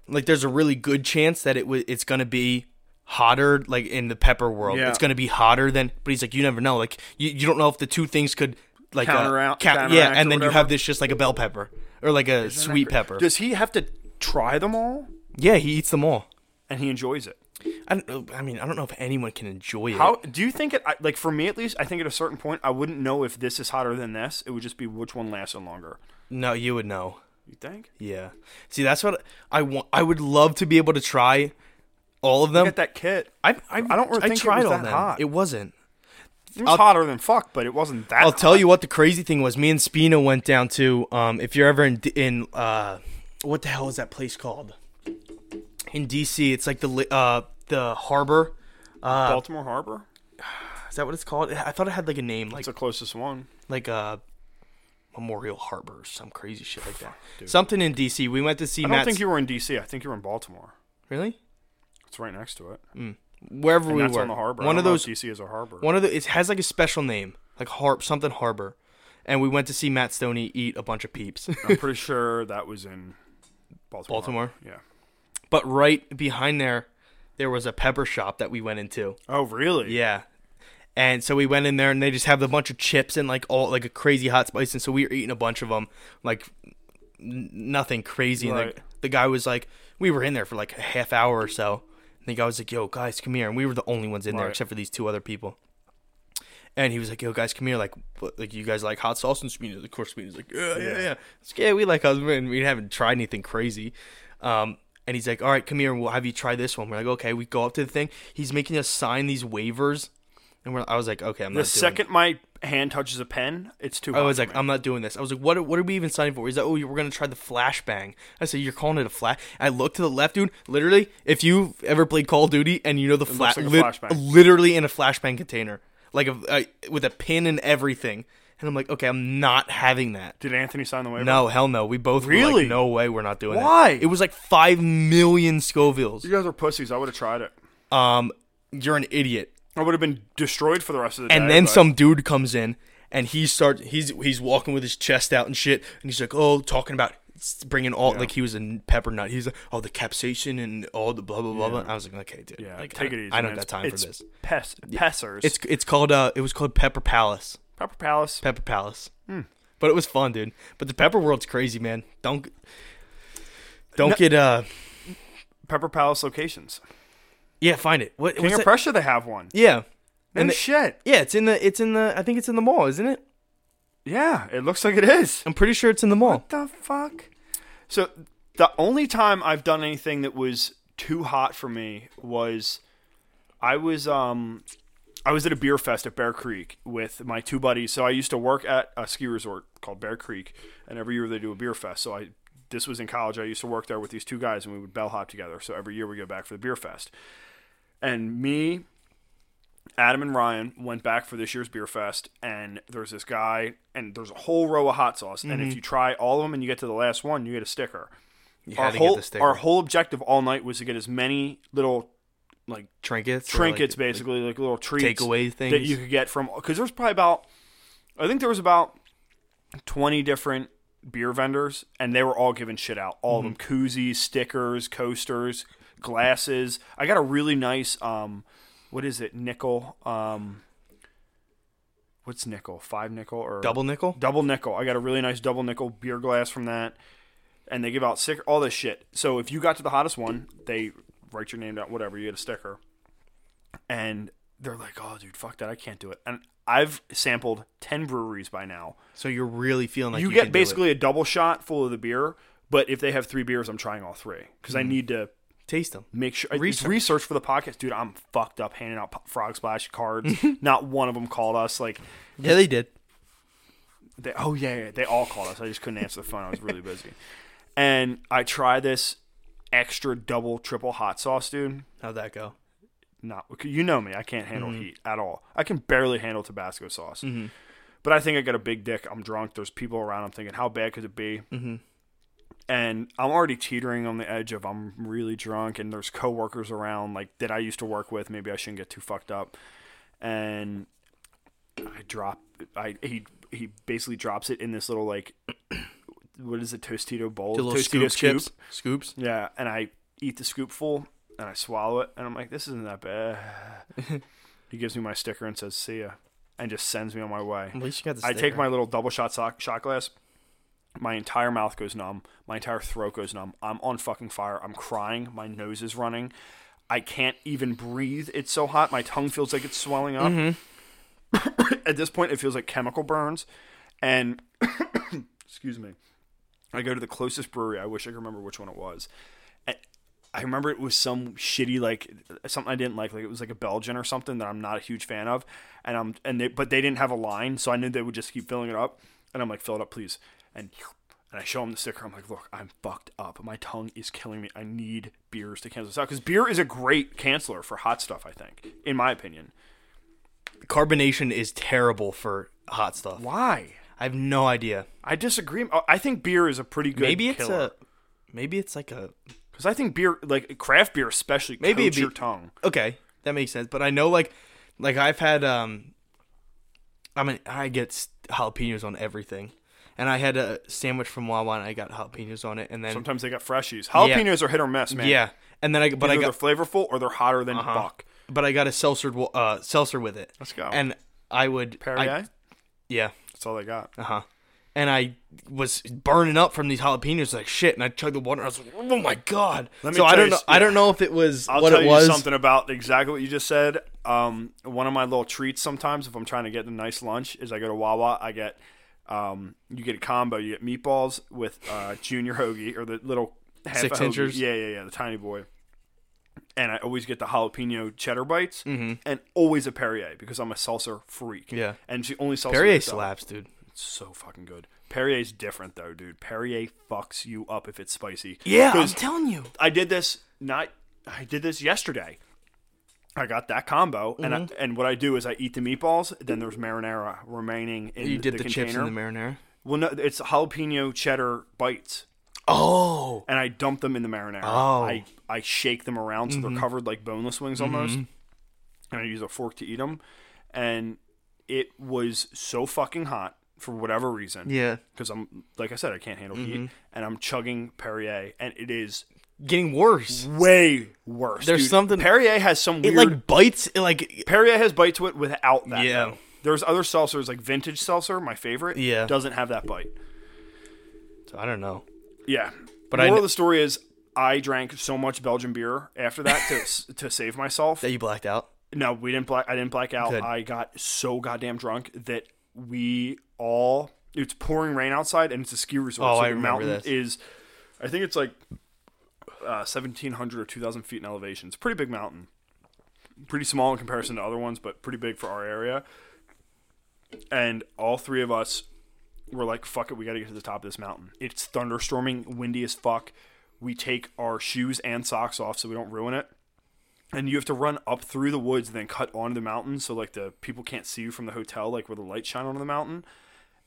Speaker 2: like. There's a really good chance that it was it's gonna be hotter like in the pepper world.
Speaker 3: Yeah.
Speaker 2: It's gonna be hotter than. But he's like, you never know. Like you, you don't know if the two things could like uh,
Speaker 3: Counter out-
Speaker 2: yeah,
Speaker 3: counteract
Speaker 2: and
Speaker 3: or
Speaker 2: then you
Speaker 3: whatever.
Speaker 2: have this just like a bell pepper or like a sweet pepper.
Speaker 3: Does he have to try them all?
Speaker 2: yeah, he eats them all.
Speaker 3: And he enjoys it.
Speaker 2: I don't. know- I mean, I don't know if anyone can enjoy it.
Speaker 3: How do you think it? I- Like for me at least, I think at a certain point, I wouldn't know if this is hotter than this. It would just be which one lasted longer.
Speaker 2: No, you would know.
Speaker 3: You think?
Speaker 2: Yeah. See, that's what I want. I would love to be able to try all of them.
Speaker 3: Get that kit.
Speaker 2: I, I,
Speaker 3: I don't really think it
Speaker 2: tried
Speaker 3: was
Speaker 2: all
Speaker 3: that
Speaker 2: them.
Speaker 3: hot.
Speaker 2: It wasn't.
Speaker 3: It was hotter than fuck, but it wasn't that.
Speaker 2: I'll tell you what the crazy thing was. Me and Spino went down to um, if you're ever in D- in uh, what the hell is that place called? In DC, it's like the li- uh, the harbor.
Speaker 3: Baltimore Harbor.
Speaker 2: Is that what it's called? I thought it had like a name, like
Speaker 3: It's the closest one.
Speaker 2: like uh, Memorial Harbor, or some crazy shit like that. Something in DC. We went to see.
Speaker 3: I don't
Speaker 2: Matt's,
Speaker 3: think you were in D.C. I think you were in Baltimore.
Speaker 2: really
Speaker 3: It's right next to it.
Speaker 2: wherever we
Speaker 3: That's
Speaker 2: were.
Speaker 3: on the harbor.
Speaker 2: One
Speaker 3: I
Speaker 2: of
Speaker 3: don't know
Speaker 2: those.
Speaker 3: if D.C. is a harbor.
Speaker 2: One of the. It has like a special name, like harp something harbor, and we went to see Matt Stoney eat a bunch of peeps.
Speaker 3: I'm pretty sure that was in Baltimore.
Speaker 2: Baltimore?
Speaker 3: Yeah.
Speaker 2: but right behind there, there was a pepper shop that we went into.
Speaker 3: Oh really?
Speaker 2: Yeah. And so we went in there and they just have a bunch of chips and like all like a crazy hot spice. And so we were eating a bunch of them, like n- nothing crazy. And
Speaker 3: Right.
Speaker 2: the, the guy was like, we were in there for like a half hour or so. And the guy was like, yo, guys, come here. And we were the only ones in there
Speaker 3: Right.
Speaker 2: except for these two other people. And he was like, "Yo, guys, come here. Like, what- like you guys like hot sauce and spinach? Of course, spinach. Like, yeah, yeah, yeah. It's like, yeah, we like hot. And we haven't tried anything crazy. Um, and he's like, "All right, come here. We'll have you try this one." We're like, "Okay." We go up to the thing. He's making us sign these waivers, and we're, I was like, "Okay, I'm
Speaker 3: The
Speaker 2: not doing
Speaker 3: second my hand touches a pen, it's too.
Speaker 2: I
Speaker 3: hot
Speaker 2: was
Speaker 3: for
Speaker 2: like,
Speaker 3: me.
Speaker 2: I'm not doing this. I was like, what? What are we even signing for? He's like, oh, we're gonna try the flashbang. I said, you're calling it a flash? I look to the left, dude. Literally, if you ever played Call of Duty and you know the flash,
Speaker 3: like a flashbang.
Speaker 2: literally in a flashbang container, like a, uh, with a pin and everything. And I'm like, okay, I'm not having that.
Speaker 3: Did Anthony sign the waiver?
Speaker 2: No, hell no. We both really?
Speaker 3: Really?
Speaker 2: no way, we're not doing that.
Speaker 3: Why?
Speaker 2: It was like five million Scovilles.
Speaker 3: You guys are pussies. I would have tried it.
Speaker 2: Um, you're an idiot.
Speaker 3: I would have been destroyed for the rest of the day.
Speaker 2: and then
Speaker 3: but-
Speaker 2: some dude comes in and he starts he's he's walking with his chest out and shit and he's like oh talking about bringing all like he was in pepper nut he's like oh the capsation and all the blah blah blah, blah. i was like okay dude
Speaker 3: Yeah,
Speaker 2: like,
Speaker 3: take
Speaker 2: I,
Speaker 3: it easy.
Speaker 2: i
Speaker 3: man.
Speaker 2: don't have
Speaker 3: It's-
Speaker 2: time for
Speaker 3: it's
Speaker 2: this
Speaker 3: Pes- Pessers.
Speaker 2: it's it's called uh it was called pepper palace
Speaker 3: Pepper Palace.
Speaker 2: pepper palace
Speaker 3: Hmm.
Speaker 2: but it was fun dude but the pepper world's crazy man don't don't get uh
Speaker 3: Pepper Palace locations.
Speaker 2: yeah find it what
Speaker 3: King
Speaker 2: what's
Speaker 3: of
Speaker 2: that?
Speaker 3: Prussia, they have one.
Speaker 2: yeah
Speaker 3: And
Speaker 2: the-
Speaker 3: shit.
Speaker 2: yeah it's in the it's in the i think it's in the mall isn't it
Speaker 3: Yeah, it looks like it is.
Speaker 2: i'm pretty sure it's in the mall
Speaker 3: the fuck? So the only time I've done anything that was too hot for me was I was um I was at a beer fest at Bear Creek with my two buddies. So I used to work at a ski resort called Bear Creek, and every year they do a beer fest. So I this was in college. I used to work there with these two guys, and we would bellhop together. So every year we go back for the beer fest, and me, Adam and Ryan went back for this year's beer fest, and there's this guy, and there's a whole row of hot sauce, and
Speaker 2: Mm-hmm.
Speaker 3: if you try all of them and you get to the last one, you get a sticker. our
Speaker 2: had to get
Speaker 3: whole
Speaker 2: the sticker.
Speaker 3: our whole objective all night was to get as many little like
Speaker 2: trinkets or, like,
Speaker 3: trinkets, basically like, little treats,
Speaker 2: takeaway
Speaker 3: that
Speaker 2: things.
Speaker 3: you could get from. Because there's probably about, I think there was about twenty different beer vendors, and they were all giving shit out. All of
Speaker 2: Mm-hmm.
Speaker 3: them koozies, stickers, coasters, glasses. I got a really nice um, what is it? Nickel. Um, what's nickel? Five nickel or
Speaker 2: double nickel
Speaker 3: double nickel. I got a really nice double nickel beer glass from that, and they give out sick all this shit. So if you got to the hottest one, they write your name down, whatever. You get a sticker, and they're like, "Oh, dude, fuck that, I can't do it." And I've sampled ten breweries by now.
Speaker 2: So you're really feeling like
Speaker 3: you,
Speaker 2: you,
Speaker 3: get
Speaker 2: can do it.
Speaker 3: basically a double shot full of the beer, but if they have three beers, I'm trying all three because I need to
Speaker 2: taste them.
Speaker 3: make sure it's
Speaker 2: Mm-hmm. Research.
Speaker 3: research for the podcast, dude. I'm fucked up handing out p- frog splash cards. Not one of them called us. Like
Speaker 2: Yeah, they did.
Speaker 3: they, oh yeah, yeah, they all called us. I just couldn't answer the phone. I was really busy. And I tried this extra double triple hot sauce, dude.
Speaker 2: How'd that go?
Speaker 3: Not you know me. I can't handle heat at all. I can barely handle Tabasco sauce. But I think I got a big dick. I'm drunk. There's people around. I'm thinking, how bad could it be? Mm-hmm. And I'm already teetering on the edge of I'm really drunk, and there's coworkers around like that I used to work with. Maybe I shouldn't get too fucked up. And I drop. I he he basically drops it in this little like what is it Tostito bowl?
Speaker 2: Did a little
Speaker 3: Tostito
Speaker 2: scoop, chips, scoops.
Speaker 3: yeah, and I eat the scoopful and I swallow it, and I'm like, this isn't that bad. he gives me my sticker and says, "See ya," and just sends me on my way.
Speaker 2: At least you got the
Speaker 3: I take
Speaker 2: sticker.
Speaker 3: my little double shot sock, shot glass. My entire mouth goes numb. My entire throat goes numb. I'm on fucking fire. I'm crying. My nose is running. I can't even breathe. It's so hot. My tongue feels like it's swelling up.
Speaker 2: Mm-hmm.
Speaker 3: At this point, it feels like chemical burns. And excuse me, I go to the closest brewery. I wish I could remember which one it was. And I remember it was some shitty like something I didn't like. Like it was like a Belgian or something that I'm not a huge fan of. And I'm and they but they didn't have a line, so I knew they would just keep filling it up. And I'm like, fill it up, please. And and I show them the sticker. I'm like, look, I'm fucked up. My tongue is killing me. I need beers to cancel this out because beer is a great canceler for hot stuff. I think, in my opinion.
Speaker 2: Carbonation is terrible for hot stuff.
Speaker 3: Why?
Speaker 2: I have no idea.
Speaker 3: I disagree. Oh, I think beer is a pretty good.
Speaker 2: maybe it's
Speaker 3: killer.
Speaker 2: a, maybe it's like a,
Speaker 3: Because I think beer, like craft beer especially,
Speaker 2: Maybe
Speaker 3: maybe
Speaker 2: it'd be-
Speaker 3: your tongue.
Speaker 2: okay, that makes sense. But I know like, like I've had um, I mean I get s- jalapenos on everything, and I had a sandwich from Wawa and I got jalapenos on it, and then
Speaker 3: Sometimes they got freshies. Jalapenos are hit or miss, man.
Speaker 2: yeah, and then I but
Speaker 3: Either
Speaker 2: I got
Speaker 3: they're flavorful or they're hotter than
Speaker 2: Uh-huh.
Speaker 3: fuck.
Speaker 2: but I got a seltzer wa- uh seltzer with it.
Speaker 3: Let's go.
Speaker 2: And I would
Speaker 3: Perrier,
Speaker 2: I, yeah.
Speaker 3: that's all they got.
Speaker 2: Uh huh. And I was burning up from these jalapenos like shit, and I chugged the water. And I was like, "Oh my god!"
Speaker 3: Let me
Speaker 2: so I
Speaker 3: tell
Speaker 2: don't
Speaker 3: you
Speaker 2: know.
Speaker 3: s-
Speaker 2: I don't know if it was
Speaker 3: I'll
Speaker 2: what
Speaker 3: tell
Speaker 2: it was.
Speaker 3: you something about exactly what you just said. Um, one of my little treats sometimes, if I'm trying to get a nice lunch, is I go to Wawa. I get, um, you get a combo. You get meatballs with uh, junior hoagie or the little half a
Speaker 2: Six
Speaker 3: hoagie.
Speaker 2: inchers?
Speaker 3: Yeah, yeah, yeah, the tiny boy. And I always get the jalapeno cheddar bites, and always a Perrier because I'm a salsa freak.
Speaker 2: Mm-hmm. Yeah.
Speaker 3: and she only salsa
Speaker 2: Perrier
Speaker 3: that's done.
Speaker 2: slaps, dude.
Speaker 3: It's so fucking good. Perrier's different though, dude. Perrier fucks you up if it's spicy.
Speaker 2: Yeah, I'm
Speaker 3: 'Cause
Speaker 2: telling you.
Speaker 3: I did this not I did this yesterday. I got that combo, and
Speaker 2: Mm-hmm.
Speaker 3: I, and what I do is I eat the meatballs. Then there's marinara remaining in
Speaker 2: You did the,
Speaker 3: container.
Speaker 2: chips in the marinara.
Speaker 3: well, no, it's jalapeno cheddar bites,
Speaker 2: Oh,
Speaker 3: and I dump them in the marinara.
Speaker 2: Oh. Mm-hmm.
Speaker 3: I I shake them around so they're covered like boneless wings almost, and I use a fork to eat them. And it was so fucking hot for whatever reason.
Speaker 2: yeah.
Speaker 3: because I'm like I said, I can't handle
Speaker 2: Mm-hmm.
Speaker 3: heat, and I'm chugging Perrier, and it is
Speaker 2: Getting worse.
Speaker 3: way worse.
Speaker 2: There's
Speaker 3: dude.
Speaker 2: something-
Speaker 3: Perrier has some
Speaker 2: It
Speaker 3: weird.
Speaker 2: like bites. It like
Speaker 3: Perrier has bite to it without that.
Speaker 2: Yeah.
Speaker 3: though. There's other seltzers like vintage seltzer, my favorite.
Speaker 2: Yeah.
Speaker 3: Doesn't have that bite.
Speaker 2: I don't know.
Speaker 3: Yeah.
Speaker 2: But
Speaker 3: But
Speaker 2: I
Speaker 3: moral
Speaker 2: kn-
Speaker 3: of the story is I drank so much Belgian beer after that to s- to save myself.
Speaker 2: That you blacked out.
Speaker 3: No, we didn't black. I didn't black out.
Speaker 2: Good.
Speaker 3: I got so goddamn drunk that we all. It's pouring rain outside, and it's a ski resort.
Speaker 2: Oh,
Speaker 3: so
Speaker 2: I
Speaker 3: the
Speaker 2: remember
Speaker 3: mountain
Speaker 2: this.
Speaker 3: is, I think it's like uh, seventeen hundred or two thousand feet in elevation. It's a pretty big mountain. Pretty small in comparison to other ones, but pretty big for our area. And all three of us we're like, fuck it, we got to get to the top of this mountain. It's thunderstorming, windy as fuck. We take our shoes and socks off so we don't ruin it. And you have to run up through the woods and then cut onto the mountain so like the people can't see you from the hotel, like where the lights shine onto the mountain.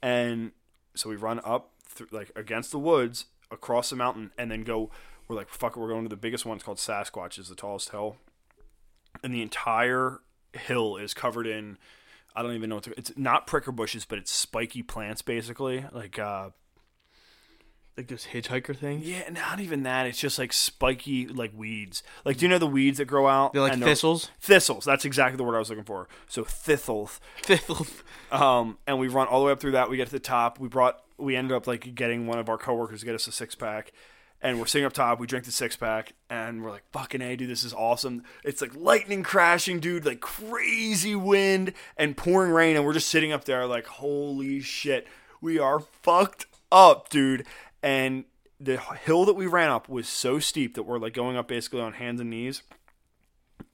Speaker 3: And so we run up through, like against the woods, across the mountain, and then go. We're like, fuck it, we're going to the biggest one. It's called Sasquatch, is the tallest hill, and the entire hill is covered in I don't even know what to, it's not pricker bushes, but it's spiky plants basically. Like uh
Speaker 2: Like those hitchhiker things.
Speaker 3: yeah, not even that. It's just like spiky like weeds. Like do you know the weeds that grow out?
Speaker 2: They're like
Speaker 3: And
Speaker 2: thistles.
Speaker 3: Thistles. That's exactly the word I was looking for. So thistles.
Speaker 2: Thistles.
Speaker 3: Um, and we run all the way up through that. We get to the top. We brought. We ended up like getting one of our coworkers to get us a six pack, and we're sitting up top. We drink the six pack, and we're like, "Fucking a, dude, this is awesome!" It's like lightning crashing, dude, like crazy wind and pouring rain, and we're just sitting up there like, "Holy shit, we are fucked up, dude!" And the hill that we ran up was so steep that we're like going up basically on hands and knees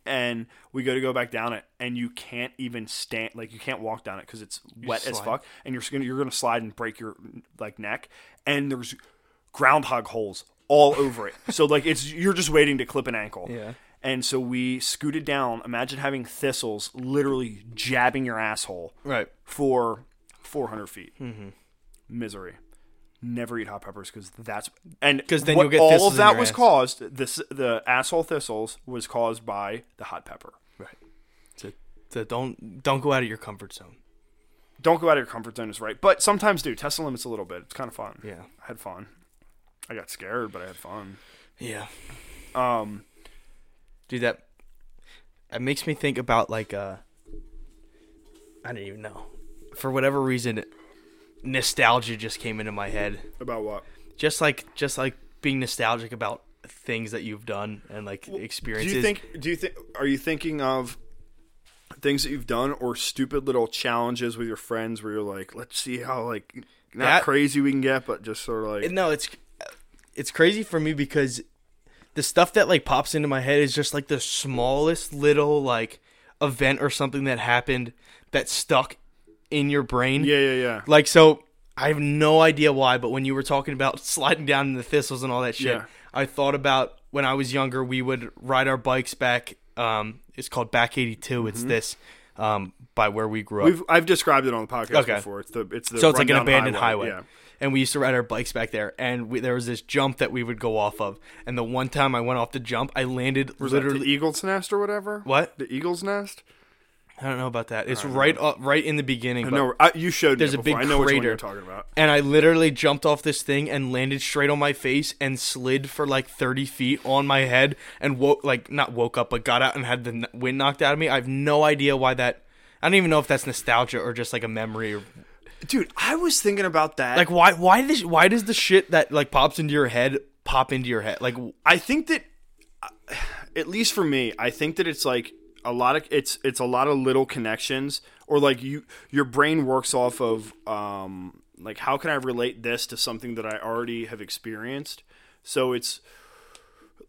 Speaker 3: and we go to go back down it, and you can't even stand, like you can't walk down it because it's wet as
Speaker 2: slide.
Speaker 3: fuck, and you're just gonna you're gonna slide and break your like neck, and there's groundhog holes all over it. so like it's you're just waiting to clip an ankle.
Speaker 2: Yeah.
Speaker 3: And so we scooted down. Imagine having thistles literally jabbing your asshole
Speaker 2: Right.
Speaker 3: for 400 feet.
Speaker 2: Mm-hmm.
Speaker 3: Misery. Never eat hot peppers because that's and
Speaker 2: 'Cause then
Speaker 3: what
Speaker 2: you'll get
Speaker 3: all
Speaker 2: thistles
Speaker 3: of
Speaker 2: in
Speaker 3: that
Speaker 2: your
Speaker 3: was
Speaker 2: ass.
Speaker 3: caused. This the asshole thistles was caused by the hot pepper.
Speaker 2: Right. So, so don't don't go out of your comfort zone.
Speaker 3: Don't go out of your comfort zone is right, but sometimes do test the limits a little bit. It's kind of fun.
Speaker 2: Yeah.
Speaker 3: I had fun. I got scared, but I had fun.
Speaker 2: Yeah.
Speaker 3: Um,
Speaker 2: Dude, that that makes me think about like uh I don't even know. For whatever reason, nostalgia just came into my head.
Speaker 3: about what?
Speaker 2: Just like just like being nostalgic about things that you've done and like experiences.
Speaker 3: Do you think? Do you think? Are you thinking of things that you've done or stupid little challenges with your friends where you're like, let's see how like not
Speaker 2: That-
Speaker 3: crazy we can get, but just sort of like
Speaker 2: no, it's it's crazy for me because the stuff that like pops into my head is just like the smallest little like event or something that happened that stuck in your brain.
Speaker 3: yeah, yeah, yeah.
Speaker 2: Like so I have no idea why, but when you were talking about sliding down in the thistles and all that shit,
Speaker 3: Yeah.
Speaker 2: I thought about when I was younger we would ride our bikes back um it's called back 82. It's this um by where we grew up.
Speaker 3: Mm-hmm. We've I've described it on the podcast
Speaker 2: Okay.
Speaker 3: before. It's the it's the
Speaker 2: so it's like an
Speaker 3: rundown
Speaker 2: abandoned highway.
Speaker 3: Yeah.
Speaker 2: And we used to ride our bikes back there, and we, there was this jump that we would go off of. And the one time I went off the jump, I landed
Speaker 3: Was that
Speaker 2: literally.
Speaker 3: the Eagle's Nest or whatever?
Speaker 2: What?
Speaker 3: The Eagle's Nest?
Speaker 2: I don't know about that. It's right, up, right in the beginning. but-
Speaker 3: No, I, you showed
Speaker 2: There's
Speaker 3: me
Speaker 2: a
Speaker 3: it before.
Speaker 2: big
Speaker 3: I know which one
Speaker 2: crater.
Speaker 3: you're talking about.
Speaker 2: and I literally jumped off this thing and landed straight on my face and slid for like 30 feet on my head and woke like not woke up but got out and had the n- wind knocked out of me. I have no idea why that. I don't even know if that's nostalgia or just like a memory. Or,
Speaker 3: Dude, I was thinking about that.
Speaker 2: like why why this why does the shit that like pops into your head pop into your head? Like
Speaker 3: uh, I think that, at least for me, I think that it's like a lot of it's it's a lot of little connections or like you your brain works off of um like how can I relate this to something that I already have experienced? So it's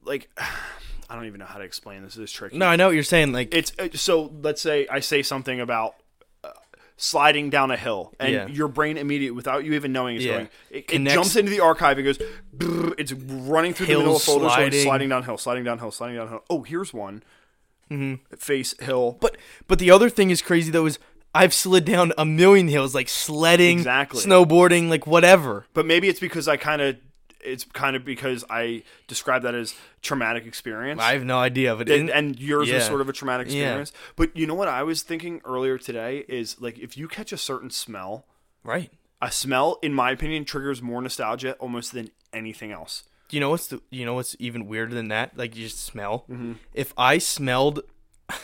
Speaker 3: like I don't even know how to explain this. This is tricky.
Speaker 2: No, I know what you're saying. Like,
Speaker 3: It's uh, so let's say I say something about uh, sliding down a hill and
Speaker 2: Yeah.
Speaker 3: your brain immediately without you even knowing is
Speaker 2: Yeah.
Speaker 3: going it, it
Speaker 2: Connects-
Speaker 3: jumps into the archive and goes brrr, it's running through the middle of
Speaker 2: Hills
Speaker 3: folders going
Speaker 2: sliding.
Speaker 3: sliding downhill sliding downhill sliding downhill oh here's one
Speaker 2: Mm-hmm.
Speaker 3: face hill
Speaker 2: but but the other thing is crazy though is I've slid down a million hills, like sledding,
Speaker 3: Exactly.
Speaker 2: snowboarding, like whatever.
Speaker 3: but maybe it's because I kind of it's kind of because I describe that as traumatic experience
Speaker 2: I have no idea, but
Speaker 3: and,
Speaker 2: it,
Speaker 3: and yours
Speaker 2: yeah.
Speaker 3: was sort of a traumatic
Speaker 2: Yeah.
Speaker 3: experience but you know what I was thinking earlier today is like if you catch a certain smell
Speaker 2: right.
Speaker 3: a smell in my opinion triggers more nostalgia almost than anything else
Speaker 2: Do you know what's the, you know what's even weirder than that? Like you just smell.
Speaker 3: Mm-hmm.
Speaker 2: If I smelled,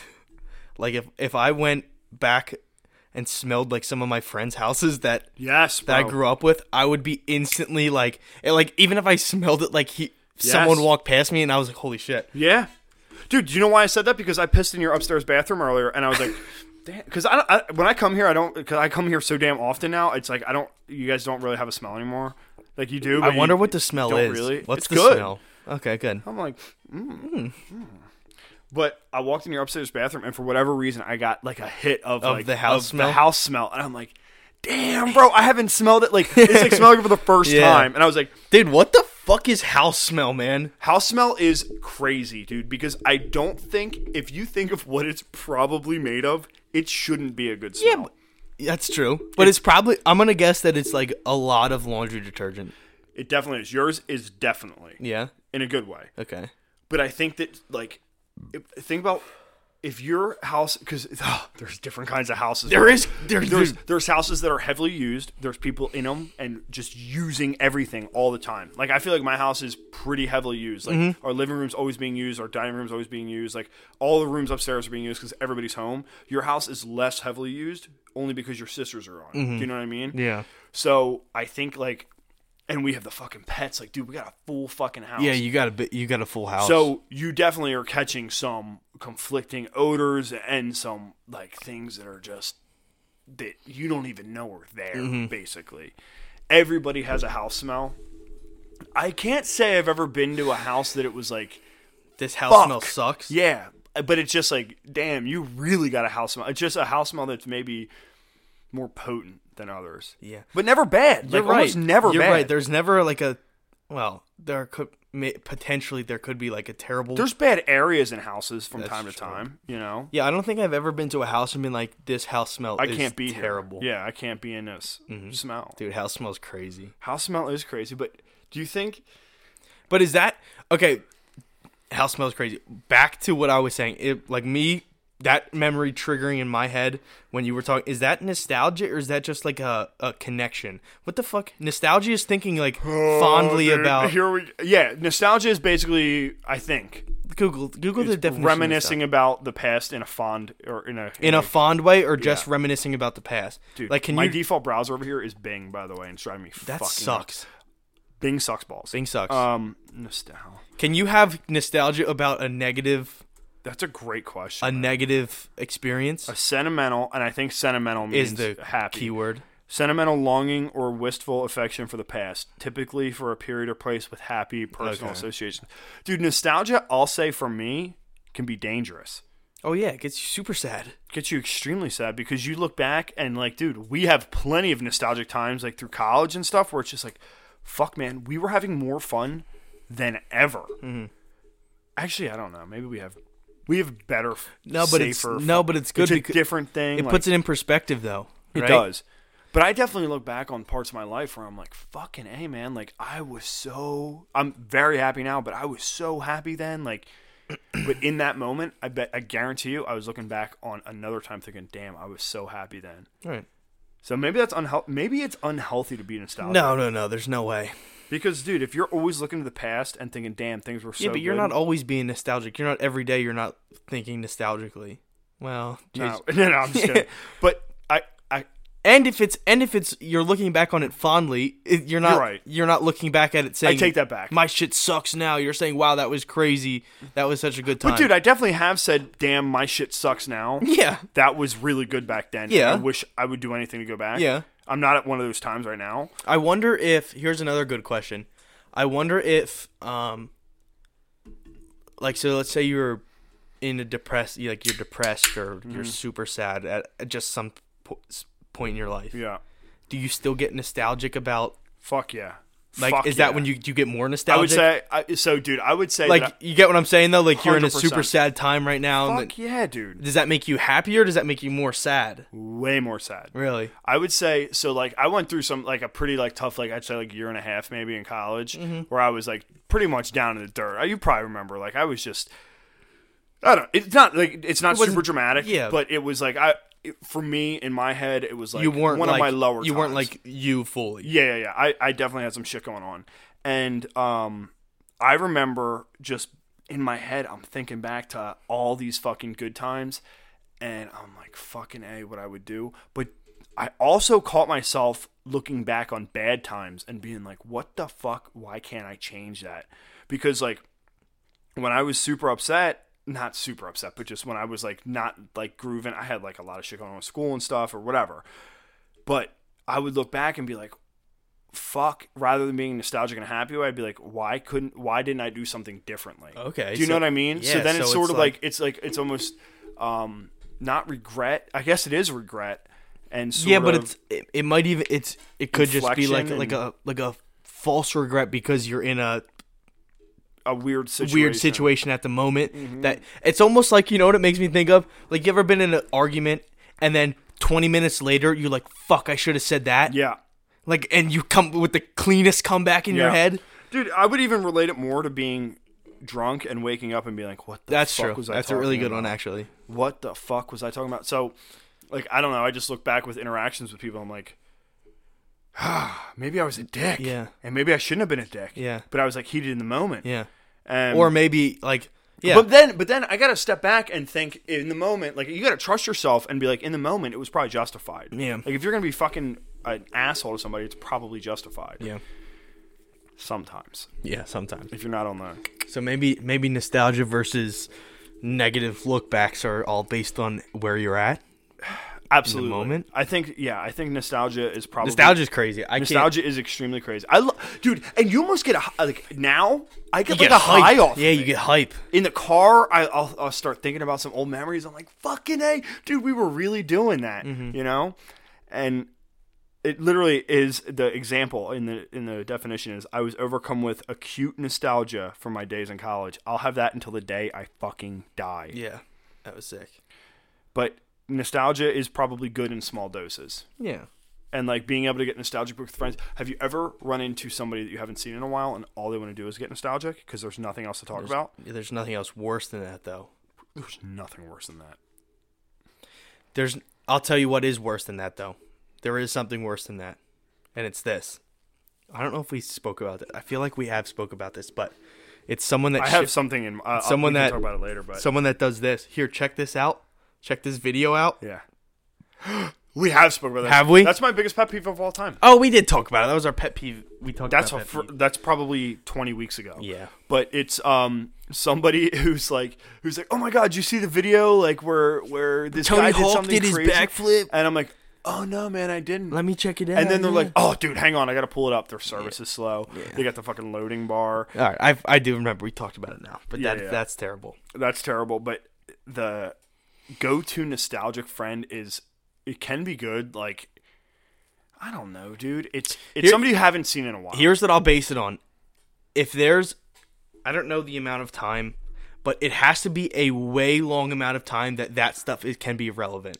Speaker 2: like if if I went back and smelled like some of my friends' houses that
Speaker 3: yes
Speaker 2: that I grew up with, I would be instantly like and, like even if I smelled it like he someone
Speaker 3: Yes.
Speaker 2: walked past me and I was like holy shit.
Speaker 3: yeah dude do you know why I said that because I pissed in your upstairs bathroom earlier and I was like damn because I, don't- I when I come here I don't because I come here so damn often now it's like I don't you guys don't really have a smell anymore like you do but
Speaker 2: I
Speaker 3: you-
Speaker 2: wonder what the smell
Speaker 3: don't
Speaker 2: is.
Speaker 3: really-
Speaker 2: What's
Speaker 3: it's
Speaker 2: the
Speaker 3: good.
Speaker 2: smell? Okay, good.
Speaker 3: I'm like, mm,
Speaker 2: Hmm.
Speaker 3: mm. but I walked in your upstairs bathroom, and for whatever reason, I got like a hit of, like,
Speaker 2: the house
Speaker 3: of
Speaker 2: smell?
Speaker 3: The house smell, and I'm like, damn, bro, I haven't smelled it like it's like smelling it for the first
Speaker 2: Yeah.
Speaker 3: time, and I was like,
Speaker 2: Dude, what the fuck is house smell, man?
Speaker 3: house smell is crazy, dude, because I don't think if you think of what it's probably made of, it shouldn't be a good smell.
Speaker 2: That's true. But it's probably I'm going to guess that it's like a lot of laundry detergent.
Speaker 3: it definitely is. Yours is definitely
Speaker 2: Yeah.
Speaker 3: in a good way.
Speaker 2: Okay.
Speaker 3: but I think that like if, think about if your house because there's different kinds of houses.
Speaker 2: There is- there-
Speaker 3: there's
Speaker 2: dude.
Speaker 3: there's houses that are heavily used. There's people in them and just using everything all the time. Like I feel like my house is pretty heavily used. Like
Speaker 2: Mm-hmm.
Speaker 3: our living room's always being used. Our dining room's always being used. Like all the rooms upstairs are being used because everybody's home. Your house is less heavily used only because your sisters are on. Do you know what I mean?
Speaker 2: Mm-hmm. Yeah.
Speaker 3: So I think like, and we have the fucking pets. Like, dude, we got a full fucking house.
Speaker 2: Yeah, you got a bit you got a full house.
Speaker 3: So you definitely are catching some conflicting odors and some like things that are just that you don't even know are there.
Speaker 2: Mm-hmm.
Speaker 3: Basically, everybody has a house smell. I can't say I've ever been to a house that it was like,
Speaker 2: this house
Speaker 3: fuck.
Speaker 2: smell sucks.
Speaker 3: yeah, but it's just like, damn, you really got a house smell. It's just a house smell that's maybe more potent than others.
Speaker 2: Yeah.
Speaker 3: but never bad.
Speaker 2: You're
Speaker 3: like, almost never
Speaker 2: You're
Speaker 3: bad.
Speaker 2: right. There's never like a well, there could ma- potentially there could be like a terrible
Speaker 3: There's bad areas in houses from time to
Speaker 2: true.
Speaker 3: time. You know.
Speaker 2: Yeah, I don't think I've ever been to a house and been like this house smell
Speaker 3: I
Speaker 2: is
Speaker 3: can't be here.
Speaker 2: terrible. Mm-hmm.
Speaker 3: Yeah, I can't be in this smell.
Speaker 2: Dude, house smells crazy.
Speaker 3: House smell is crazy, but do you think?
Speaker 2: But is that okay? House smells crazy. Back to what I was saying. It like me that memory triggering in my head when you were talking is that nostalgia or is that just like a, a connection what the fuck nostalgia is thinking like fondly
Speaker 3: Oh, Dude,
Speaker 2: about
Speaker 3: here we yeah, nostalgia is basically I think
Speaker 2: google google the definition of
Speaker 3: reminiscing about the past in a fond or in a
Speaker 2: in a fond way or just reminiscing about the past.
Speaker 3: dude,
Speaker 2: like, can
Speaker 3: my
Speaker 2: you?
Speaker 3: default browser over here is Bing by the way, and it's driving me
Speaker 2: that
Speaker 3: fucking
Speaker 2: sucks.
Speaker 3: Bing sucks balls.
Speaker 2: Thing sucks.
Speaker 3: Um, nostalgia.
Speaker 2: can you have nostalgia about a negative,
Speaker 3: That's a great question.
Speaker 2: a negative experience?
Speaker 3: A sentimental, and I think sentimental means
Speaker 2: Is the
Speaker 3: happy.
Speaker 2: keyword?
Speaker 3: Sentimental longing or wistful affection for the past, typically for a period or place with happy personal associations. Dude, nostalgia, I'll say for me, can be dangerous.
Speaker 2: Oh yeah, it gets you super sad.
Speaker 3: Gets you extremely sad because you look back and like, dude, we have plenty of nostalgic times like through college and stuff where it's just like, fuck man, we were having more fun than ever.
Speaker 2: Mm-hmm.
Speaker 3: Actually, I don't know. Maybe we have we have better
Speaker 2: No, but it's-
Speaker 3: safer
Speaker 2: no,
Speaker 3: fun.
Speaker 2: but it's good
Speaker 3: It's a
Speaker 2: becau-
Speaker 3: different thing.
Speaker 2: It
Speaker 3: like-
Speaker 2: puts it in perspective, though.
Speaker 3: it
Speaker 2: right?
Speaker 3: does. But I definitely look back on parts of my life where I'm like, fucking A, man. Like, I was so, I'm very happy now, but I was so happy then. Like, but in that moment, I bet, I guarantee you, I was looking back on another time thinking, damn, I was so happy then.
Speaker 2: All right.
Speaker 3: So maybe that's unhealthy. Maybe it's unhealthy to be nostalgic.
Speaker 2: No, no, no. There's no way.
Speaker 3: Because, dude, if you're always looking to the past and thinking, damn, things were so
Speaker 2: yeah, but you're
Speaker 3: good,"
Speaker 2: not always being nostalgic. You're not every day. You're not thinking nostalgically. Well, geez.
Speaker 3: No, no, no, I'm just kidding. But I, I,
Speaker 2: And if it's and if it's you're looking back on it fondly, it, you're not
Speaker 3: You're
Speaker 2: you're,
Speaker 3: right.
Speaker 2: not looking back at it saying
Speaker 3: take that back.
Speaker 2: My shit sucks now. You're saying wow, that was crazy. That was such a good time.
Speaker 3: But dude, I definitely have said, "Damn, my shit sucks now."
Speaker 2: yeah.
Speaker 3: That was really good back then.
Speaker 2: Yeah.
Speaker 3: I wish I would do anything to go back.
Speaker 2: Yeah.
Speaker 3: I'm not at one of those times right now.
Speaker 2: I wonder if here's another good question. I wonder if um like so let's say you're in a depressed you- like you're depressed or
Speaker 3: Mm-hmm.
Speaker 2: you're super sad at, at just some po- s- point in your life.
Speaker 3: Yeah.
Speaker 2: Do you still get nostalgic about
Speaker 3: Fuck yeah.
Speaker 2: like
Speaker 3: Fuck
Speaker 2: is
Speaker 3: yeah.
Speaker 2: that when you do you get more
Speaker 3: I
Speaker 2: nostalgic?
Speaker 3: would say I, so, dude. I would say
Speaker 2: like
Speaker 3: that
Speaker 2: you get what I'm saying though like you are in a
Speaker 3: 100%.
Speaker 2: super sad time right now
Speaker 3: I,
Speaker 2: and
Speaker 3: fuck yeah, dude.
Speaker 2: does that make you happier or does that make you more sad?
Speaker 3: Way more sad.
Speaker 2: Really?
Speaker 3: I would say so. Like I went through some like a pretty like tough like I'd say like year and a half maybe in college
Speaker 2: Mm-hmm.
Speaker 3: where I was like pretty much down in the dirt. Uh, You probably remember like I was just I don't. It's not like it's not
Speaker 2: wasn't-
Speaker 3: super dramatic.
Speaker 2: yeah.
Speaker 3: but it was like I it- for me in my head it was like
Speaker 2: you weren't
Speaker 3: one
Speaker 2: like,
Speaker 3: of my lower.
Speaker 2: You weren't
Speaker 3: times.
Speaker 2: like you fully.
Speaker 3: yeah yeah yeah. I I definitely had some shit going on, and um I remember just in my head I'm thinking back to all these fucking good times, and I'm like fucking a what I would do, but I also caught myself looking back on bad times and being like, what the fuck? Why can't I change that? Because like when I was super upset, not super upset, but just when I was like not like grooving, I had like a lot of shit going on with school and stuff or whatever. But I would look back and be like, fuck, rather than being nostalgic and happy, I'd be like, why couldn't, why didn't I do something differently?
Speaker 2: Okay,
Speaker 3: Do you
Speaker 2: so-
Speaker 3: know what I mean? so
Speaker 2: yeah,
Speaker 3: then it's
Speaker 2: so
Speaker 3: sort
Speaker 2: it's
Speaker 3: of like, it's like, it's almost um not regret. I guess it is regret. And sort
Speaker 2: yeah, but
Speaker 3: of-
Speaker 2: it's it, it might even it's it could just be like
Speaker 3: Inflection
Speaker 2: like
Speaker 3: and-
Speaker 2: a like a false regret because you're in a
Speaker 3: a weird situation. Mm-hmm.
Speaker 2: weird situation at the moment that it's almost like you know what it makes me think of like you ever been in an argument and then 20 minutes later you're like fuck I should have said that
Speaker 3: Yeah.
Speaker 2: like and you come with the cleanest comeback in your
Speaker 3: Yeah.
Speaker 2: head
Speaker 3: Dude, I would even relate it more to being drunk and waking up and being like, what the
Speaker 2: that's
Speaker 3: fuck
Speaker 2: true
Speaker 3: was I
Speaker 2: that's a really
Speaker 3: talking
Speaker 2: good one
Speaker 3: about?
Speaker 2: actually
Speaker 3: What the fuck was I talking about? So, like, I don't know. I just look back with interactions with people. I'm like, ah, maybe I was a dick.
Speaker 2: Yeah.
Speaker 3: And maybe I shouldn't have been a dick.
Speaker 2: Yeah.
Speaker 3: But I was like heated in the moment.
Speaker 2: yeah
Speaker 3: And,
Speaker 2: or maybe like yeah
Speaker 3: But then, but then I gotta step back and think in the moment. Like you gotta trust yourself and be like, in the moment, it was probably justified.
Speaker 2: Yeah.
Speaker 3: Like if you're gonna be fucking an asshole to somebody, it's probably justified.
Speaker 2: yeah
Speaker 3: Sometimes,
Speaker 2: yeah sometimes
Speaker 3: if you're not on the
Speaker 2: so maybe maybe nostalgia versus negative lookbacks are all based on where you're at
Speaker 3: absolutely
Speaker 2: moment?
Speaker 3: I think yeah, I think nostalgia is probably
Speaker 2: Nostalgia is crazy. I
Speaker 3: Nostalgia is extremely crazy. I lo- dude, and you almost get a hi- like now. I get
Speaker 2: can't you
Speaker 3: like a high
Speaker 2: hype.
Speaker 3: off.
Speaker 2: Yeah,
Speaker 3: of
Speaker 2: you
Speaker 3: it.
Speaker 2: get hype.
Speaker 3: in the car. I, I'll, I'll start thinking about some old memories. I'm like, fucking a, dude, we were really doing that,
Speaker 2: Mm-hmm.
Speaker 3: you know. And it literally is the example in the in the definition is I was overcome with acute nostalgia for my days in college. I'll have that until the day I fucking die.
Speaker 2: Yeah, that was sick.
Speaker 3: But nostalgia is probably good in small doses.
Speaker 2: Yeah,
Speaker 3: and like being able to get nostalgic with friends. Have you ever run into somebody that you haven't seen in a while and all they want to do is get nostalgic because there's nothing else to talk about?
Speaker 2: there's nothing else worse than that though.
Speaker 3: There's nothing worse than that.
Speaker 2: There's, I'll tell you what is worse than that though. There is something worse than that, and it's this. I don't know if we spoke about it. I feel like we have spoke about this, but it's someone that
Speaker 3: I
Speaker 2: shi-
Speaker 3: have something in uh,
Speaker 2: Someone
Speaker 3: we can
Speaker 2: that-
Speaker 3: talk about it later, but
Speaker 2: someone that does this. Here, check this out. Check this video out.
Speaker 3: yeah, we have spoken about that.
Speaker 2: Have we?
Speaker 3: That's my biggest pet peeve of all time.
Speaker 2: Oh, we did talk about it. That was our pet peeve. We talked.
Speaker 3: That's
Speaker 2: about
Speaker 3: a,
Speaker 2: pet
Speaker 3: fr-
Speaker 2: peeve.
Speaker 3: that's probably 20 weeks ago.
Speaker 2: Yeah.
Speaker 3: But it's um somebody who's like who's like, "Oh my god, you see the video like where where this
Speaker 2: Tony
Speaker 3: guy did
Speaker 2: Hawk
Speaker 3: something
Speaker 2: did his
Speaker 3: crazy?"
Speaker 2: backflip.
Speaker 3: And I'm like, "Oh no, man, I didn't."
Speaker 2: Let me check it out.
Speaker 3: And then they're
Speaker 2: yeah.
Speaker 3: like, "Oh, dude, hang on, I gotta pull it up. Their service is slow. They got the fucking loading bar.
Speaker 2: all right, I I do remember we talked about it now, but
Speaker 3: Yeah,
Speaker 2: that
Speaker 3: yeah.
Speaker 2: that's terrible.
Speaker 3: That's terrible." But the go-to nostalgic friend is it can be good. Like, I don't know, dude. It's it's
Speaker 2: Here-
Speaker 3: somebody you haven't seen in a while.
Speaker 2: here's what I'll base it on. If there's, I don't know the amount of time, but it has to be a way long amount of time that that stuff is, can be relevant,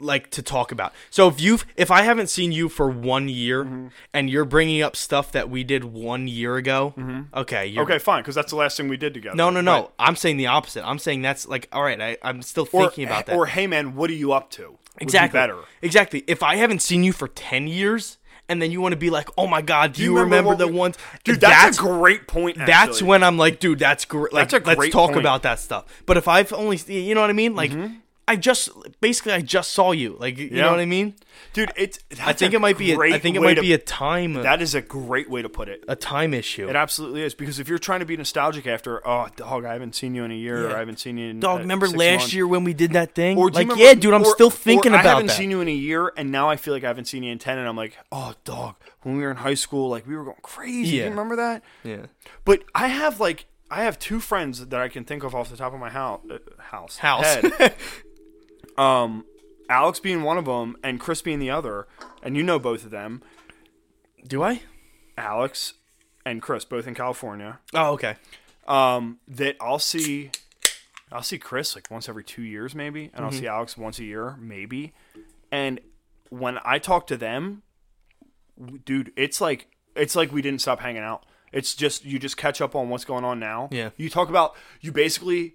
Speaker 2: like to talk about. So if you've, if I haven't seen you for one year, and you're bringing up stuff that we did one year ago, Mm-hmm. okay, you're,
Speaker 3: okay, fine, because that's the last thing we did together.
Speaker 2: No, no, no.
Speaker 3: But-
Speaker 2: I'm saying the opposite. I'm saying that's like, all right, I, I'm still
Speaker 3: or,
Speaker 2: thinking about that.
Speaker 3: Or hey, man, what are you up to? Would be
Speaker 2: exactly.
Speaker 3: better.
Speaker 2: Exactly. If I haven't seen you for ten years, and then you want to be like, oh my god, do you, remember,
Speaker 3: what
Speaker 2: the
Speaker 3: we-
Speaker 2: ones?
Speaker 3: Dude, that's, a great point.
Speaker 2: that's
Speaker 3: actually.
Speaker 2: when I'm like, dude, that's great. Like,
Speaker 3: That's a
Speaker 2: let's
Speaker 3: great
Speaker 2: talk
Speaker 3: point. Mm-hmm.
Speaker 2: about that stuff. But if I've only, you know what I mean? Like, I just basically I just saw you. Like you know what I mean?
Speaker 3: dude. It's.
Speaker 2: I think it might be. A, I think it might be a time
Speaker 3: That is a great way to put it.
Speaker 2: a time issue.
Speaker 3: It absolutely is because if you're trying to be nostalgic after, oh, dog, I haven't seen you in a year, or I haven't seen you in uh,
Speaker 2: Dog, remember
Speaker 3: six
Speaker 2: last
Speaker 3: months."
Speaker 2: year when we did that thing?
Speaker 3: Or do you
Speaker 2: like,
Speaker 3: remember-
Speaker 2: yeah, dude, I'm
Speaker 3: or-
Speaker 2: still thinking
Speaker 3: or
Speaker 2: about
Speaker 3: I haven't
Speaker 2: that.
Speaker 3: seen you in a year, and now I feel like I haven't seen you in ten, and I'm like, oh, dog. When we were in high school, like we were going crazy. Do
Speaker 2: Yeah.
Speaker 3: you remember that?
Speaker 2: yeah,
Speaker 3: But I have like I have two friends that I can think of off the top of my house, uh, house,
Speaker 2: house.
Speaker 3: head. um, Alex being one of them, and Chris being the other, and you know both of them,
Speaker 2: Do I?
Speaker 3: Alex and Chris, both in California.
Speaker 2: Oh, okay.
Speaker 3: Um, that I'll see, I'll see Chris like once every two years maybe, and I'll see Alex once a year maybe, and when I talk to them, w- dude, it's like it's like we didn't stop hanging out. It's just you just catch up on what's going on now.
Speaker 2: Yeah.
Speaker 3: You talk about you basically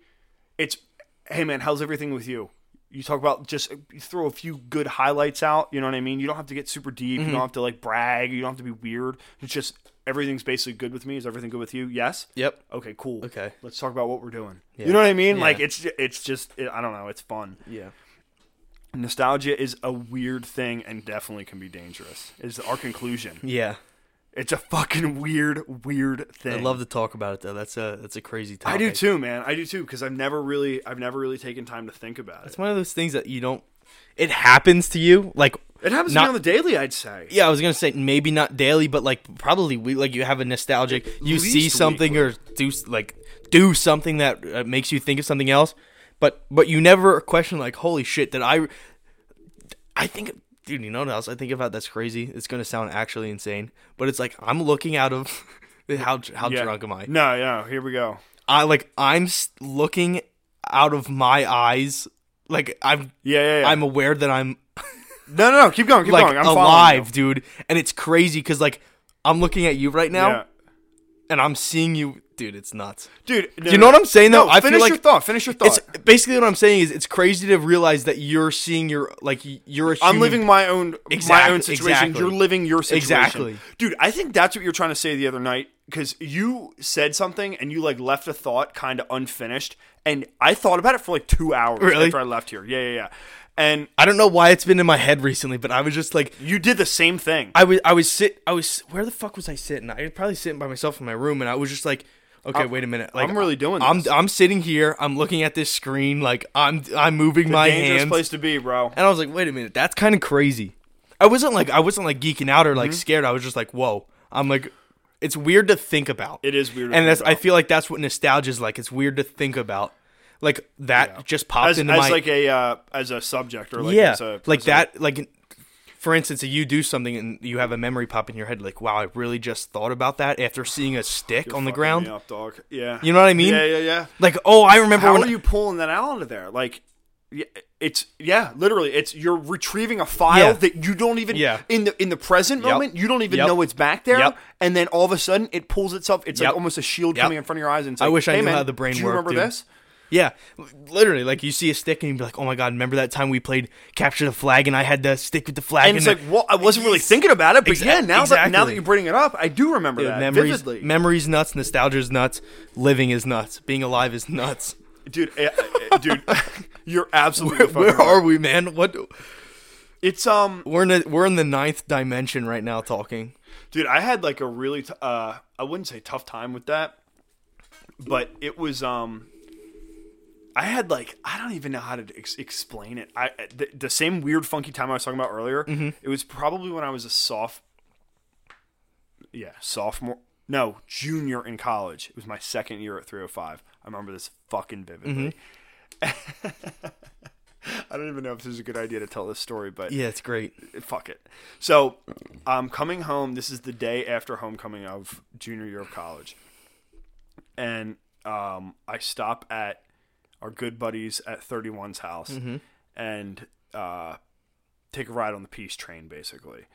Speaker 3: it's hey man, how's everything with you? You talk about just you throw a few good highlights out, you know what I mean? You don't have to get super deep, you don't have to like brag, you don't have to be weird. It's just everything's basically good with me. Is everything good with you? Yes.
Speaker 2: Yep.
Speaker 3: Okay, cool.
Speaker 2: Okay.
Speaker 3: Let's talk about what we're doing. You know what I mean? Like it's it's just I don't know, it's fun
Speaker 2: Yeah.
Speaker 3: nostalgia is a weird thing and definitely can be dangerous is our conclusion
Speaker 2: Yeah.
Speaker 3: it's a fucking weird weird thing
Speaker 2: I love to talk about it though. That's a that's a crazy topic.
Speaker 3: i do too man i do too because i've never really i've never really taken time to think about
Speaker 2: It's
Speaker 3: it
Speaker 2: one of those things that you don't. It happens to you, like
Speaker 3: it happens to
Speaker 2: not-
Speaker 3: me on the daily i'd say
Speaker 2: yeah. I was gonna say maybe not daily, but like probably we like you have a nostalgic. You
Speaker 3: least
Speaker 2: see something or do s- like do something that uh, makes you think of something else, but but you never question like holy shit did I? I think dude, you know what else I think about that's crazy. It's gonna sound actually insane, but it's like I'm looking out of how how
Speaker 3: Yeah.
Speaker 2: drunk am I?
Speaker 3: no no here we go
Speaker 2: I like I'm s- looking out of my eyes. Like I'm,
Speaker 3: yeah yeah, yeah.
Speaker 2: I'm aware that I'm
Speaker 3: no no no keep going keep
Speaker 2: like
Speaker 3: going i'm following
Speaker 2: alive, dude. And it's crazy because like I'm looking at you right
Speaker 3: you.
Speaker 2: now,
Speaker 3: Yeah.
Speaker 2: and I'm seeing you, dude. It's nuts.
Speaker 3: dude no,
Speaker 2: Do you know what I'm saying?
Speaker 3: no,
Speaker 2: Though I
Speaker 3: finish
Speaker 2: feel like
Speaker 3: your thought finish your thought
Speaker 2: it's basically what I'm saying is it's crazy to realize that you're seeing your like y- you're a
Speaker 3: I'm
Speaker 2: human-
Speaker 3: living my own my
Speaker 2: Exactly,
Speaker 3: own situation.
Speaker 2: exactly.
Speaker 3: You're living your situation.
Speaker 2: Exactly.
Speaker 3: dude. I think that's what you're trying to say the other night because you said something and you like left a thought kind of unfinished, and I thought about it for like two hours
Speaker 2: Really?
Speaker 3: after I left here. Yeah, yeah, yeah. And
Speaker 2: I don't know why it's been in my head recently, but I was just like
Speaker 3: you did the same thing.
Speaker 2: I was I was sit I was where the fuck was I sitting? I was probably sitting by myself in my room, and I was just like, okay, wait a minute. Like
Speaker 3: I'm really doing
Speaker 2: I'm
Speaker 3: this.
Speaker 2: I'm sitting here. I'm looking at this screen. Like I'm I'm moving my
Speaker 3: Dangerous
Speaker 2: hands,
Speaker 3: place to be, bro.
Speaker 2: and I was like, wait a minute, that's kind of crazy. I wasn't like I wasn't like geeking out or like
Speaker 3: Mm-hmm.
Speaker 2: scared. I was just like, whoa. I'm like, it's weird to think about.
Speaker 3: It is weird to
Speaker 2: and
Speaker 3: think
Speaker 2: that's I
Speaker 3: about.
Speaker 2: feel like that's what nostalgia is like. It's weird to think about. Like that just popped
Speaker 3: As, as
Speaker 2: into my
Speaker 3: like a uh, as a subject or like
Speaker 2: yeah,
Speaker 3: as a,
Speaker 2: like
Speaker 3: as a-
Speaker 2: that, like for instance, if you do something and you have a memory pop in your head, like wow, I really just thought about that after seeing a stick on the
Speaker 3: Fucking
Speaker 2: ground.
Speaker 3: me up, dog. Yeah,
Speaker 2: You know what I mean?
Speaker 3: Yeah, yeah, yeah.
Speaker 2: Like oh, I remember
Speaker 3: How
Speaker 2: when
Speaker 3: are you pulling that out of there? Like, y- it's yeah, literally, it's you're retrieving a file
Speaker 2: Yeah.
Speaker 3: that you don't even
Speaker 2: Yeah.
Speaker 3: in the in the present
Speaker 2: Yep.
Speaker 3: moment you don't even
Speaker 2: Yep.
Speaker 3: know it's back there,
Speaker 2: Yep.
Speaker 3: and then all of a sudden it pulls itself. It's
Speaker 2: Yep.
Speaker 3: like almost a shield
Speaker 2: Yep.
Speaker 3: coming in front of your eyes. And it's
Speaker 2: I
Speaker 3: like,
Speaker 2: wish I
Speaker 3: "Hey,
Speaker 2: knew
Speaker 3: man,
Speaker 2: how the brain
Speaker 3: do you
Speaker 2: worked,
Speaker 3: Remember
Speaker 2: dude."
Speaker 3: this?
Speaker 2: yeah, literally, like you see a stick and you're like, oh my god, remember that time we played capture the flag and I had to stick with the flag
Speaker 3: And it's like,
Speaker 2: the-
Speaker 3: well, I wasn't really
Speaker 2: Yes.
Speaker 3: thinking about it, but
Speaker 2: Exac-
Speaker 3: yeah, now that now that
Speaker 2: exactly.
Speaker 3: you're bringing it up, I do remember
Speaker 2: Dude,
Speaker 3: that
Speaker 2: memories,
Speaker 3: vividly.
Speaker 2: memories nuts, nostalgia's nuts, living is nuts, being alive is nuts.
Speaker 3: dude, eh, eh, dude, you're absolutely. fucking
Speaker 2: Where
Speaker 3: right.
Speaker 2: are we, man? What
Speaker 3: It's um.
Speaker 2: we're in a, we're in the ninth dimension right now talking.
Speaker 3: dude i had like a really t- uh i wouldn't say tough time with that but it was um i had like i don't even know how to ex- explain it i uh, the, the same weird funky time i was talking about earlier it was probably when i was a soph yeah sophomore no junior in college it was my second year at 305 i remember this fucking vividly i don't even know if this is a good idea to tell this story but
Speaker 2: Yeah, it's great.
Speaker 3: fuck it. So I'm coming home. This is the day after homecoming of junior year of college. And um, I stop at our good buddies at 31's house and uh, take a ride on the peace train, basically.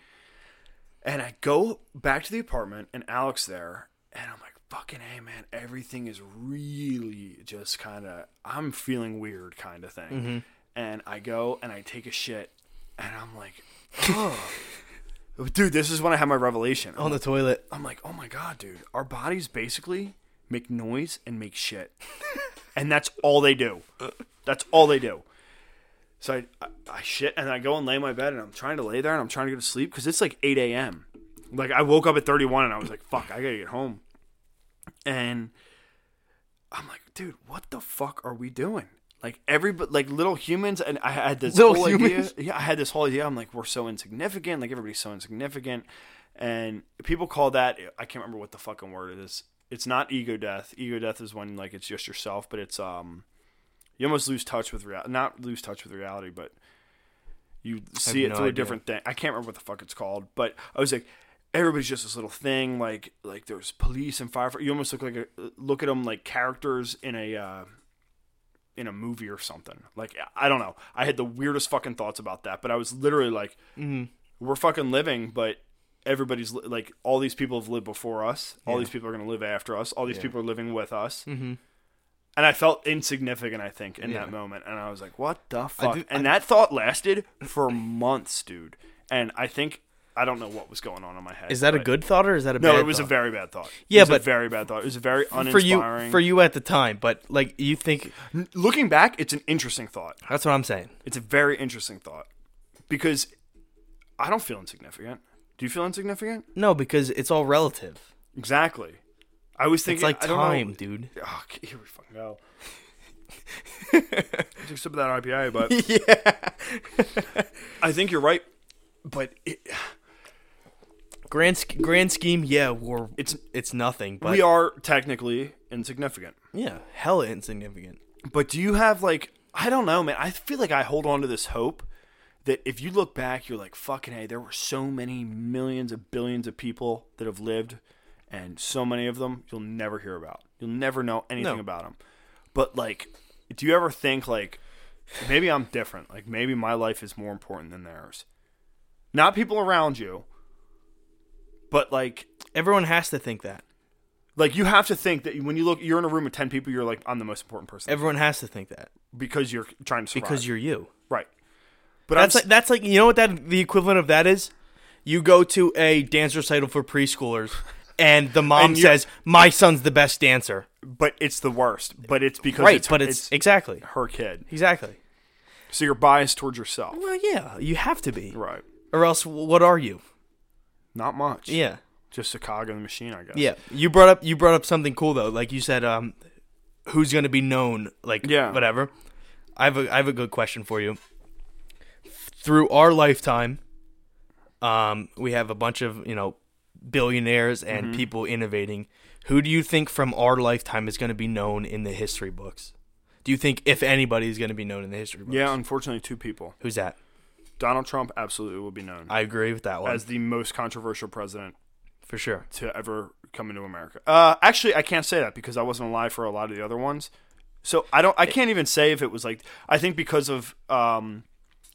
Speaker 3: And I go back to the apartment, and Alex there, and I'm like, fucking hey, man, everything is really just kind of, I'm feeling weird kind of thing. And I go and I take a shit, and I'm like, oh. dude, this is when I had my revelation.
Speaker 2: On the toilet.
Speaker 3: I'm like, oh my god, dude, our bodies basically make noise and make shit, and that's all they do. That's all they do. So I, I, I shit and I go and lay in my bed and I'm trying to lay there and I'm trying to go to sleep because it's like 8 a.m. Like I woke up at 31 and I was like, fuck, I gotta get home. And I'm like, dude, what the fuck are we doing? Like everybody, like little humans, and I had this
Speaker 2: Little
Speaker 3: whole
Speaker 2: humans?
Speaker 3: idea. Yeah, I had this whole idea. I'm like, we're so insignificant. Like everybody's so insignificant, and people call that. I can't remember what the fucking word it is. It's not ego death. Ego death is when like it's just yourself, but it's um, you almost lose touch with reality. Not lose touch with reality, but you see it
Speaker 2: no
Speaker 3: through a
Speaker 2: idea.
Speaker 3: different thing. I can't remember what the fuck it's called, but I was like, everybody's just this little thing. Like like there's police and fire. You almost look like a look at them like characters in a. Uh, in a movie or something. Like I don't know. I had the weirdest fucking thoughts about that, but I was literally like, we're fucking living, but everybody's li- like, all these people have lived before us. All these people are going to live after us. All these people are living with us. Mm-hmm. And I felt insignificant, I think, in that moment. And I was like, what the fuck?
Speaker 2: do-
Speaker 3: and that thought lasted for months, dude. And I think I don't know what was going on in my head.
Speaker 2: Is that a
Speaker 3: but-
Speaker 2: good thought or is that a
Speaker 3: No,
Speaker 2: bad
Speaker 3: it was a
Speaker 2: thought?
Speaker 3: very bad thought. it
Speaker 2: Yeah,
Speaker 3: was a
Speaker 2: but-
Speaker 3: very bad thought. It was a very
Speaker 2: for
Speaker 3: uninspiring.
Speaker 2: you for you at the time, but like you think
Speaker 3: looking back, it's an interesting thought.
Speaker 2: that's what I'm saying.
Speaker 3: It's a very interesting thought because I don't feel insignificant. Do you feel insignificant?
Speaker 2: No, because it's all relative.
Speaker 3: Exactly. I was thinking
Speaker 2: It's like
Speaker 3: I don't know.
Speaker 2: time, dude.
Speaker 3: Oh, okay, here we fucking go. Took a sip of that IPA, but
Speaker 2: yeah.
Speaker 3: I think you're right. But it,
Speaker 2: Grand sch- grand scheme, yeah, we're
Speaker 3: It's-
Speaker 2: it's it's nothing, but
Speaker 3: we are technically insignificant.
Speaker 2: yeah, hella insignificant.
Speaker 3: But do you have like I don't know, man. I feel like I hold on to this hope that if you look back, you're like, fucking hey, there were so many millions of billions of people that have lived, and so many of them you'll never hear about. You'll never know anything
Speaker 2: No.
Speaker 3: about them. But like, do you ever think like maybe I'm different? Like maybe my life is more important than theirs. Not people around you, but like
Speaker 2: Everyone has to think that.
Speaker 3: like you have to think that when you look you're in a room of 10 people you're like I'm the most important person
Speaker 2: Everyone has to think that
Speaker 3: because you're trying to survive.
Speaker 2: because you're you.
Speaker 3: Right. But
Speaker 2: That's
Speaker 3: I'm,
Speaker 2: like that's like you know what that the equivalent of that is? You go to a dance recital for preschoolers and the mom
Speaker 3: And you're-
Speaker 2: says, "My son's the best dancer."
Speaker 3: but it's the worst. But it's because
Speaker 2: Right,
Speaker 3: it's,
Speaker 2: but it's, exactly.
Speaker 3: her kid.
Speaker 2: Exactly.
Speaker 3: So you're biased towards yourself.
Speaker 2: Well, yeah, you have to be.
Speaker 3: Right.
Speaker 2: Or else w- what are you?
Speaker 3: Not much.
Speaker 2: Yeah.
Speaker 3: Just a cog in the machine, I guess.
Speaker 2: Yeah. You brought up you brought up something cool though. Like you said um who's going to be known like
Speaker 3: Yeah.
Speaker 2: whatever. I have a I have a good question for you. Through our lifetime um we have a bunch of, you know, billionaires and
Speaker 3: Mm-hmm.
Speaker 2: people innovating. Who do you think from our lifetime is going to be known in the history books? Do you think if anybody is going to be known in the history books?
Speaker 3: Yeah, unfortunately, two people.
Speaker 2: Who's that?
Speaker 3: Donald Trump absolutely will be known
Speaker 2: I agree with that one
Speaker 3: as the most controversial president
Speaker 2: for sure.
Speaker 3: to ever come into America. Uh, actually, I can't say that because I wasn't alive for a lot of the other ones. So I don't. I can't even say if it was like. I think because of um,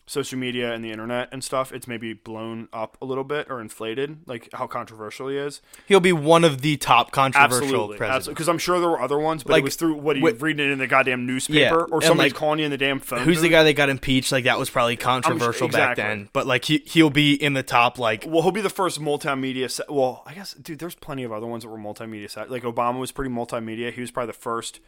Speaker 3: social media and the internet and stuff, it's maybe blown up a little bit or inflated, like how controversial he is.
Speaker 2: He'll be one of the top controversial
Speaker 3: Absolutely,
Speaker 2: presidents.
Speaker 3: because I'm sure there were other ones, but it
Speaker 2: Like,
Speaker 3: was through what you
Speaker 2: with-
Speaker 3: reading it in the goddamn newspaper
Speaker 2: Yeah,
Speaker 3: or
Speaker 2: and,
Speaker 3: somebody's
Speaker 2: like,
Speaker 3: calling you in the damn phone.
Speaker 2: Who's the
Speaker 3: booth.
Speaker 2: guy that got impeached? Like that was probably controversial back
Speaker 3: exactly.
Speaker 2: then. But like he he'll be in the top like
Speaker 3: Well, he'll be the first multimedia. Se- well, I guess, dude, there's plenty of other ones that were multimedia. Sat- like Obama was pretty multimedia. He was probably the first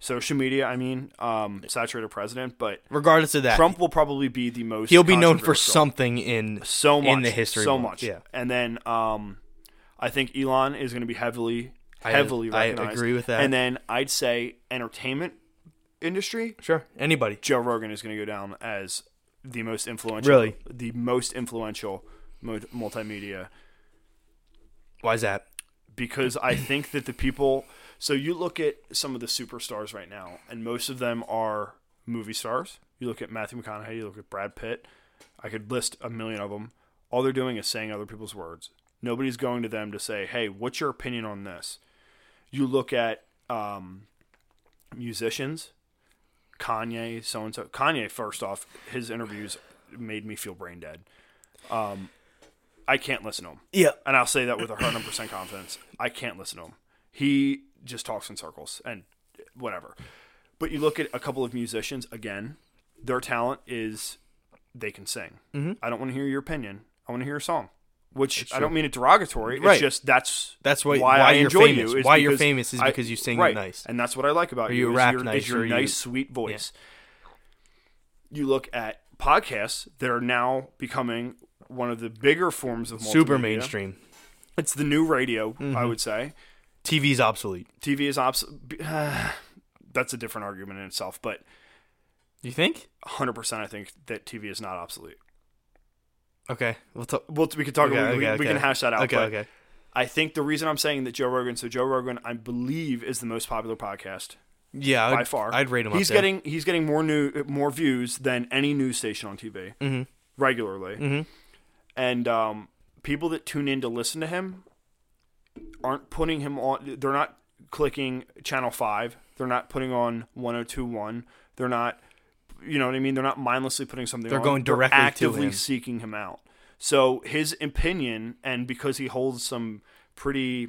Speaker 3: social media. I mean, um, saturated president. But
Speaker 2: regardless of that.
Speaker 3: Trump will probably be the most.
Speaker 2: he'll be known for
Speaker 3: controversial.
Speaker 2: something in
Speaker 3: so much
Speaker 2: in the history.
Speaker 3: so much.
Speaker 2: books. Yeah.
Speaker 3: and then um, I think Elon is going to be heavily, heavily
Speaker 2: I
Speaker 3: recognized.
Speaker 2: agree with that.
Speaker 3: And then I'd say entertainment industry.
Speaker 2: Sure. Anybody.
Speaker 3: Joe Rogan is going to go down as the most influential,
Speaker 2: Really?
Speaker 3: the most influential mo- multimedia
Speaker 2: Why is that?
Speaker 3: because I think that the people. So you look at some of the superstars right now, and most of them are movie stars. You look at Matthew McConaughey, you look at Brad Pitt. I could list a million of them. All they're doing is saying other people's words. Nobody's going to them to say, "Hey, what's your opinion on this?" You look at um, musicians, Kanye, so and so. Kanye, first off, his interviews made me feel brain dead. Um, I can't listen to him
Speaker 2: Yeah.
Speaker 3: and I'll say that with a hundred percent confidence. I can't listen to him. He just talks in circles and whatever. But you look at a couple of musicians again. Their talent is they can sing.
Speaker 2: Mm-hmm.
Speaker 3: I don't want to hear your opinion. I want to hear a song. Which I don't mean it derogatory.
Speaker 2: Right.
Speaker 3: It's just that's
Speaker 2: That's why-
Speaker 3: why,
Speaker 2: why
Speaker 3: I
Speaker 2: you're
Speaker 3: enjoy
Speaker 2: famous.
Speaker 3: you. is
Speaker 2: Why you're
Speaker 3: because
Speaker 2: famous is
Speaker 3: I-
Speaker 2: because you sing
Speaker 3: right.
Speaker 2: nice.
Speaker 3: and that's what I like about
Speaker 2: you
Speaker 3: you. is
Speaker 2: rap
Speaker 3: your,
Speaker 2: nice
Speaker 3: is your
Speaker 2: or you-
Speaker 3: nice, sweet voice. you look at podcasts that are now becoming one of the bigger forms of
Speaker 2: Super
Speaker 3: multimedia.
Speaker 2: mainstream.
Speaker 3: It's the new radio,
Speaker 2: Mm-hmm.
Speaker 3: I would say.
Speaker 2: TV's obsolete.
Speaker 3: TV is obs. that's a different argument in itself, but
Speaker 2: You think?
Speaker 3: 100% I think that TV is not obsolete.
Speaker 2: Okay. We'll talk.
Speaker 3: Well, we could talk.
Speaker 2: Okay,
Speaker 3: we, we-
Speaker 2: okay,
Speaker 3: we can
Speaker 2: okay.
Speaker 3: hash that out.
Speaker 2: Okay,
Speaker 3: but
Speaker 2: okay.
Speaker 3: I think the reason I'm saying that Joe Rogan. So Joe Rogan, I believe, is the most popular podcast
Speaker 2: Yeah,
Speaker 3: by
Speaker 2: I'd-
Speaker 3: far.
Speaker 2: I'd rate him.
Speaker 3: He's
Speaker 2: up there.
Speaker 3: getting he's getting more new more views than any news station on TV
Speaker 2: Mm-hmm.
Speaker 3: regularly, and um, people that tune in to listen to him aren't putting him on. They're not clicking channel five. They're not putting on 1021. They're not, you know what I mean. They're not mindlessly putting something.
Speaker 2: They're
Speaker 3: on.
Speaker 2: going directly to
Speaker 3: they're actively
Speaker 2: him.
Speaker 3: seeking him out. So his opinion, and because he holds some pretty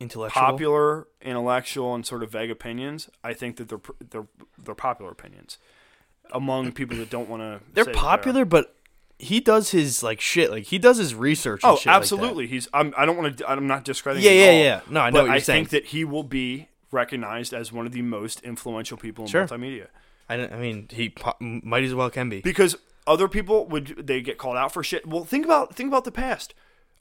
Speaker 2: intellectual.
Speaker 3: popular, intellectual, and sort of vague opinions. I think that they're they're they're popular opinions among people that don't want to.
Speaker 2: They're popular, but he does his like shit. Like he does his research. And
Speaker 3: Oh,
Speaker 2: shit like that.
Speaker 3: absolutely. He's. I'm. I don't want to. I'm not discrediting.
Speaker 2: Yeah,
Speaker 3: him
Speaker 2: yeah,
Speaker 3: at all.
Speaker 2: yeah. No, I know
Speaker 3: But
Speaker 2: what you're
Speaker 3: I
Speaker 2: saying.
Speaker 3: think that he will be recognized as one of the most influential people in
Speaker 2: Sure.
Speaker 3: multimedia
Speaker 2: I, don't- I mean, he po- might as well can be.
Speaker 3: because other people would they get called out for shit. Well, think about think about the past.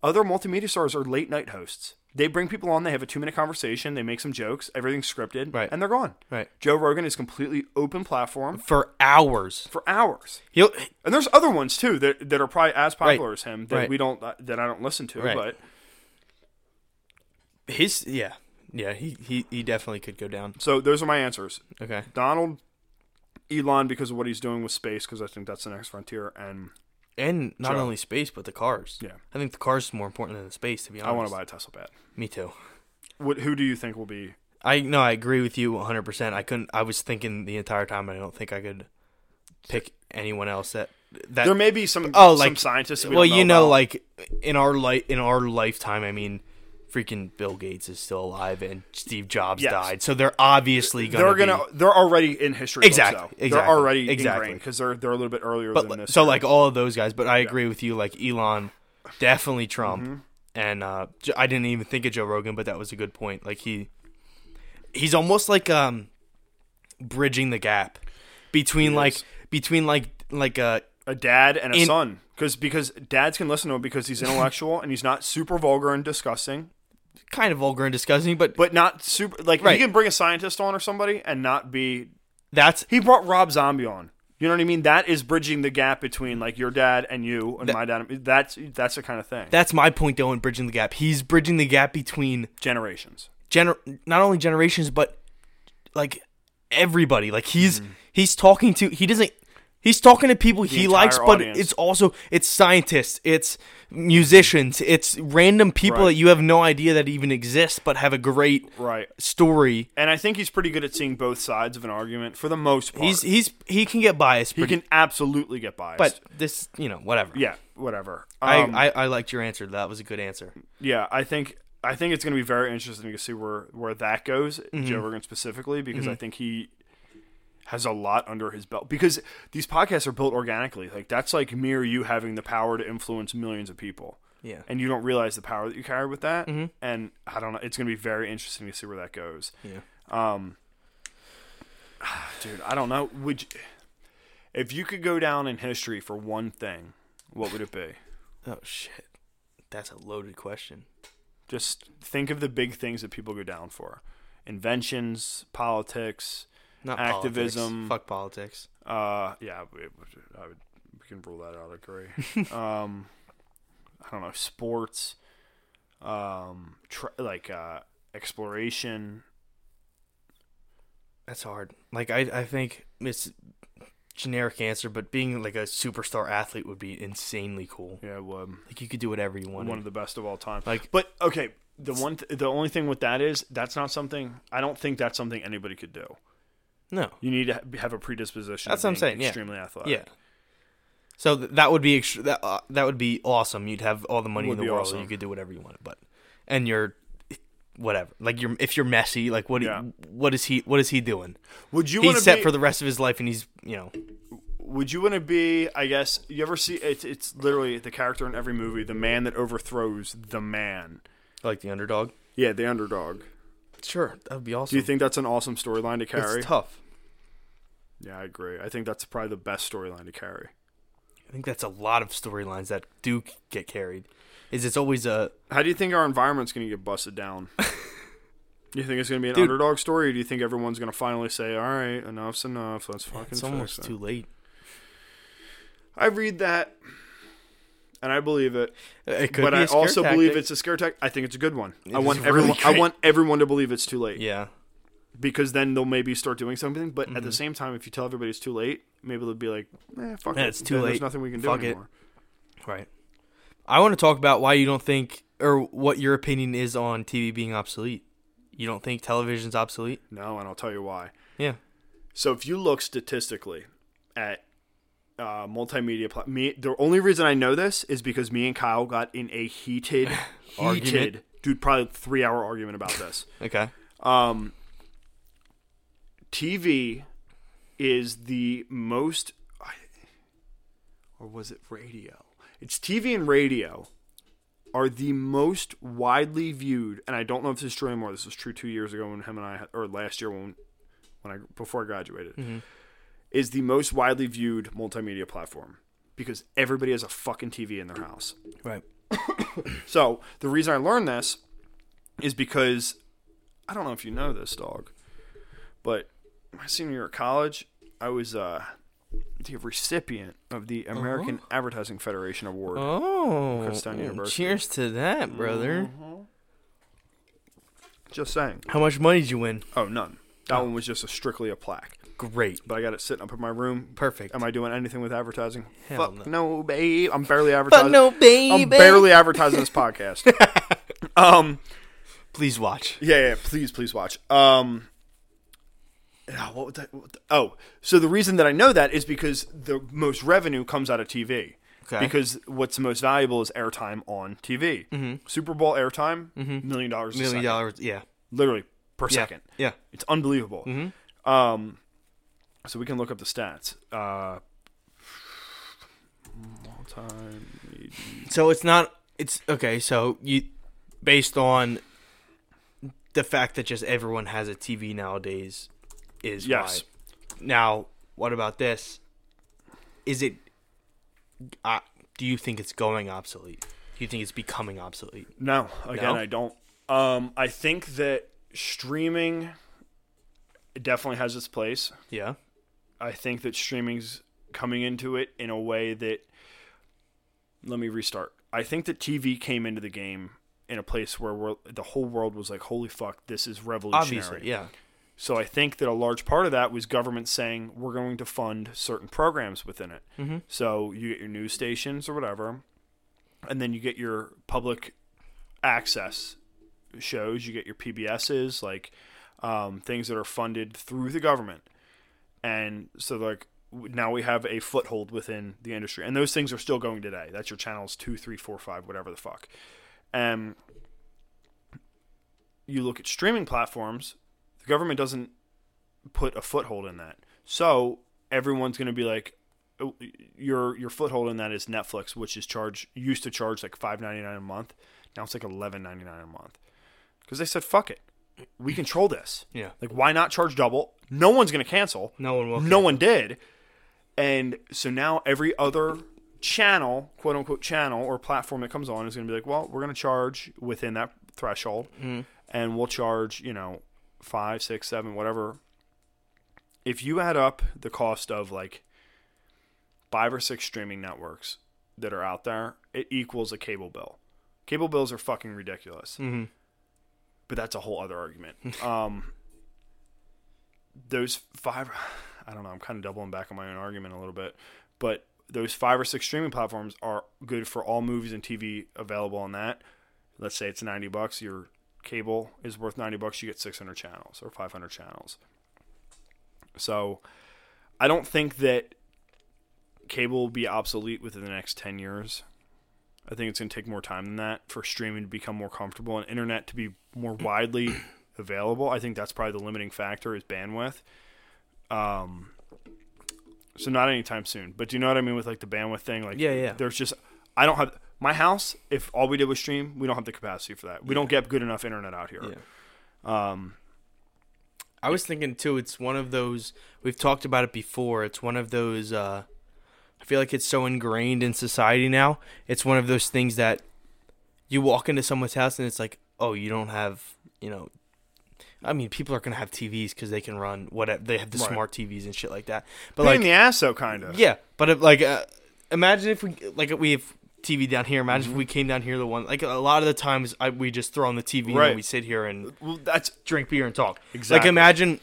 Speaker 3: Other multimedia stars are late night hosts. They bring people on. They have a two minute conversation. They make some jokes. Everything's scripted,
Speaker 2: Right.
Speaker 3: and they're gone.
Speaker 2: Right.
Speaker 3: Joe Rogan is completely open platform
Speaker 2: For hours,
Speaker 3: for hours.
Speaker 2: he'll
Speaker 3: And there's other ones too that that are probably as popular
Speaker 2: Right.
Speaker 3: as him that
Speaker 2: Right.
Speaker 3: we don't uh, that I don't listen to.
Speaker 2: Right.
Speaker 3: But
Speaker 2: his yeah yeah he he, he definitely could go down.
Speaker 3: so those are my answers.
Speaker 2: Okay.
Speaker 3: Donald, Elon because of what he's doing with space because I think that's the next frontier. And
Speaker 2: And not
Speaker 3: Sure.
Speaker 2: only space, but the cars.
Speaker 3: Yeah.
Speaker 2: I think the cars is more important than the space. To be honest,
Speaker 3: I want to buy a Tesla bat.
Speaker 2: Me too.
Speaker 3: What, who do you think will be?
Speaker 2: I no, I agree with you 100. percent I couldn't. I was thinking the entire time. I don't think I could pick anyone else that that.
Speaker 3: There may be some
Speaker 2: oh,
Speaker 3: some
Speaker 2: like
Speaker 3: scientists. that we
Speaker 2: well,
Speaker 3: don't
Speaker 2: you know,
Speaker 3: about.
Speaker 2: like in our light in our lifetime. I mean, freaking Bill Gates is still alive, and Steve Jobs
Speaker 3: Yes.
Speaker 2: died. So they're obviously going.
Speaker 3: they're
Speaker 2: to
Speaker 3: gonna they're already in history. books,
Speaker 2: Exactly,
Speaker 3: though. They're
Speaker 2: exactly,
Speaker 3: already
Speaker 2: exactly.
Speaker 3: because they're they're a little bit earlier
Speaker 2: But
Speaker 3: than
Speaker 2: li-
Speaker 3: this.
Speaker 2: so
Speaker 3: era.
Speaker 2: like all of those guys, but I agree with you. Like Elon, definitely Trump,
Speaker 3: Mm-hmm.
Speaker 2: and uh, J- I didn't even think of Joe Rogan, but that was a good point. Like he, he's almost like um, bridging the gap between like between like like uh
Speaker 3: a dad and a
Speaker 2: in-
Speaker 3: son because because dads can listen to him because he's intellectual and he's not super vulgar and disgusting.
Speaker 2: kind of vulgar and disgusting, but,
Speaker 3: but not super. Like
Speaker 2: Right.
Speaker 3: you can bring a scientist on or somebody and not be.
Speaker 2: that's
Speaker 3: He brought Rob Zombie on. You know what I mean? That is bridging the gap between like your dad and you and my dad. That's that's the kind of thing.
Speaker 2: that's my point though in bridging the gap. He's bridging the gap between
Speaker 3: Generations.
Speaker 2: gener- not only generations but like everybody like he's he's talking to he doesn't he's talking to people he
Speaker 3: entire
Speaker 2: likes
Speaker 3: audience.
Speaker 2: but it's also it's scientists it's musicians it's random people
Speaker 3: Right.
Speaker 2: that you have no idea that even exist but have a great
Speaker 3: Right.
Speaker 2: story
Speaker 3: And I think he's pretty good at seeing both sides of an argument for the most part.
Speaker 2: he's he's he can get biased
Speaker 3: he can absolutely get biased.
Speaker 2: but this you know whatever
Speaker 3: yeah, whatever. Um,
Speaker 2: I, I i liked your answer that was a good answer
Speaker 3: yeah, I think I think it's going to be very interesting to see where where that goes, Joe Rogan specifically, because I think he has a lot under his belt. Because these podcasts are built organically, like that's like me or you having the power to influence millions of people,
Speaker 2: yeah
Speaker 3: and you don't realize the power that you carry with that. And I don't know, it's going to be very interesting to see where that goes.
Speaker 2: yeah
Speaker 3: Dude, I don't know. Would you, if you could go down in history for one thing, what would it be?
Speaker 2: oh shit that's a loaded question
Speaker 3: Just think of the big things that people go down for: inventions, politics.
Speaker 2: not
Speaker 3: Activism.
Speaker 2: politics. fuck politics
Speaker 3: Uh, yeah, we, we- I would, we can rule that out. I agree. um, I don't know sports, um, tra- like uh, exploration.
Speaker 2: That's hard. Like I, I think it's generic answer, but being like a superstar athlete would be insanely cool.
Speaker 3: Yeah, well,
Speaker 2: Like you could do whatever you wanted.
Speaker 3: um, one of the best of all time.
Speaker 2: Like-
Speaker 3: but okay, the one, th- the only thing with that is that's not something. I don't think that's something anybody could do.
Speaker 2: no,
Speaker 3: You need to ha- have a predisposition.
Speaker 2: That's
Speaker 3: to
Speaker 2: what I'm
Speaker 3: being
Speaker 2: saying, yeah.
Speaker 3: Extremely athletic.
Speaker 2: yeah. So th- that would be extra- that uh, that would be awesome. You'd have all the money
Speaker 3: Would
Speaker 2: in
Speaker 3: be
Speaker 2: the world.
Speaker 3: awesome.
Speaker 2: You could do whatever you wanted, but and you're whatever. Like you're if you're messy, like what do you-
Speaker 3: Yeah.
Speaker 2: what is he what is he doing?
Speaker 3: Would you want to
Speaker 2: He's set
Speaker 3: be?
Speaker 2: for the rest of his life, and he's you know
Speaker 3: would you want to be? I guess you ever see? It's it's literally the character in every movie, the man that overthrows the man.
Speaker 2: like the underdog.
Speaker 3: Yeah, the underdog.
Speaker 2: Sure, that would be
Speaker 3: Do
Speaker 2: awesome.
Speaker 3: you think that's an awesome storyline to
Speaker 2: it's
Speaker 3: carry?
Speaker 2: tough?
Speaker 3: Yeah, I agree. I think that's probably the best storyline to carry.
Speaker 2: I think that's a lot of storylines that do c- get carried. Is it's always a
Speaker 3: How do you think our environment's going to get busted down? do you think it's going to be an
Speaker 2: Dude.
Speaker 3: underdog story, or do you think everyone's going to finally say, "All right, enough's enough. Let's fucking
Speaker 2: it's
Speaker 3: fix
Speaker 2: almost
Speaker 3: it."
Speaker 2: too late.
Speaker 3: I read that, and I believe it,
Speaker 2: It could
Speaker 3: but
Speaker 2: be a
Speaker 3: I
Speaker 2: scare
Speaker 3: also believe
Speaker 2: tactic.
Speaker 3: it's a scare tactic. I think it's a good one. I
Speaker 2: is
Speaker 3: want
Speaker 2: really
Speaker 3: everyone. I
Speaker 2: great.
Speaker 3: want everyone to believe it's too late
Speaker 2: yeah.
Speaker 3: because then they'll maybe start doing something. But
Speaker 2: Mm-hmm.
Speaker 3: at the same time, if you tell everybody it's too late, maybe they'll be like, "Eh, fuck
Speaker 2: Yeah,
Speaker 3: it.
Speaker 2: it's too
Speaker 3: Then There's
Speaker 2: late.
Speaker 3: nothing we can do
Speaker 2: Fuck it.
Speaker 3: anymore."
Speaker 2: Right. I want to talk about why you don't think, or what your opinion is on TV being obsolete. You don't think television's obsolete?
Speaker 3: No, and I'll tell you why.
Speaker 2: Yeah.
Speaker 3: So if you look statistically at uh, multimedia, pla- me the only reason I know this is because me and Kyle got in a heated, heated,
Speaker 2: Argument.
Speaker 3: dude, probably three hour argument about this.
Speaker 2: Okay.
Speaker 3: Um, TV is the most, or was it radio? It's TV and radio are the most widely viewed, and I don't know if this is true anymore. This was true two years ago when him and I, or last year when, when I before I graduated, is the most widely viewed multimedia platform because everybody has a fucking TV in their house.
Speaker 2: Right.
Speaker 3: So the reason I learned this is because I don't know if you know this dog, but my senior year at college, I was uh, the recipient of the American Advertising Federation Award.
Speaker 2: Oh.
Speaker 3: Kutztown University. Mm-hmm.
Speaker 2: Cheers to that, brother.
Speaker 3: Just saying.
Speaker 2: How much money did you win?
Speaker 3: Oh, none. That one was just a strictly a plaque.
Speaker 2: Great.
Speaker 3: But I got it sitting up in my room.
Speaker 2: Perfect.
Speaker 3: Am I doing anything with advertising?
Speaker 2: Hell
Speaker 3: Fuck no. babe. I'm barely advertising.
Speaker 2: but no, baby.
Speaker 3: I'm barely advertising this podcast. um.
Speaker 2: Please watch.
Speaker 3: Yeah, yeah, please, please watch. Um, ah, what was that- what the- oh, so the reason that I know that is because the most revenue comes out of TV.
Speaker 2: Okay.
Speaker 3: Because what's most valuable is airtime on TV. Super Bowl airtime, million dollars a
Speaker 2: Mm-hmm. Million
Speaker 3: second.
Speaker 2: dollars. Yeah.
Speaker 3: literally per
Speaker 2: Yeah. Mm-hmm.
Speaker 3: second.
Speaker 2: Yeah.
Speaker 3: It's unbelievable. Um, so we can look up the stats. Uh, multi-
Speaker 2: So it's not. It's okay. So you, based on the fact that just everyone has a TV nowadays, is
Speaker 3: Yes.
Speaker 2: why. Now, what about this? Is it? Uh, do you think it's going obsolete? Do you think it's becoming obsolete?
Speaker 3: No, again,
Speaker 2: No?
Speaker 3: I don't. Um, I think that streaming definitely has its place.
Speaker 2: Yeah.
Speaker 3: I think that streaming's coming into it in a way that. Let me restart. I think that TV came into the game in a place where we're, the whole world was like, "Holy fuck, this is revolutionary."
Speaker 2: Obviously. Yeah.
Speaker 3: So I think that a large part of that was government saying we're going to fund certain programs within it. So you get your news stations or whatever, and then you get your public access shows. You get your PBSs, like um, things that are funded through the government. And so like w- now we have a foothold within the industry, and those things are still going today. That's your channels two, three, four, five, whatever the fuck. Um, you look at streaming platforms, the government doesn't put a foothold in that. So everyone's going to be like, oh, your your foothold in that is Netflix, which is charge used to charge like five ninety nine a month. Now it's like eleven ninety nine a month because they said fuck it, we control this.
Speaker 2: Yeah.
Speaker 3: Like why not charge double? No one's going to cancel.
Speaker 2: No one will.
Speaker 3: No one did. And so now every other channel, quote unquote channel or platform that comes on is going to be like, well, we're going to charge within that threshold and we'll charge, you know, five, six, seven, whatever. If you add up the cost of like five or six streaming networks that are out there, it equals a cable bill. Cable bills are fucking ridiculous. But that's a whole other argument. Um, those five i don't know i'm kind of doubling back on my own argument a little bit but those five or six streaming platforms are good for all movies and tv available on that let's say it's 90 bucks your cable is worth 90 bucks you get 600 channels or 500 channels so i don't think that cable will be obsolete within the next 10 years i think it's going to take more time than that for streaming to become more comfortable and internet to be more widely available i think that's probably the limiting factor is bandwidth um, so not anytime soon. But do you know what I mean with like the bandwidth thing? Like,
Speaker 2: Yeah, yeah.
Speaker 3: There's just I don't have my house. If all we did was stream, we don't have the capacity for that. We don't get good enough internet out here. Um,
Speaker 2: I was thinking too. It's one of those we've talked about it before. It's one of those. Uh, I feel like it's so ingrained in society now. It's one of those things that you walk into someone's house and it's like, oh, you don't have, you know. I mean, people are gonna have TVs because they can run whatever they have the
Speaker 3: Right.
Speaker 2: smart TVs and shit like that. But
Speaker 3: Pain
Speaker 2: like,
Speaker 3: in the ass, though, kind of.
Speaker 2: yeah, but if, like, uh, imagine if we like we have TV down here. Imagine
Speaker 3: Mm-hmm.
Speaker 2: if we came down here the one like a lot of the times I, we just throw on the TV
Speaker 3: Right.
Speaker 2: and we sit here and
Speaker 3: Well, that's
Speaker 2: drink beer and talk. Like
Speaker 3: Exactly.
Speaker 2: imagine.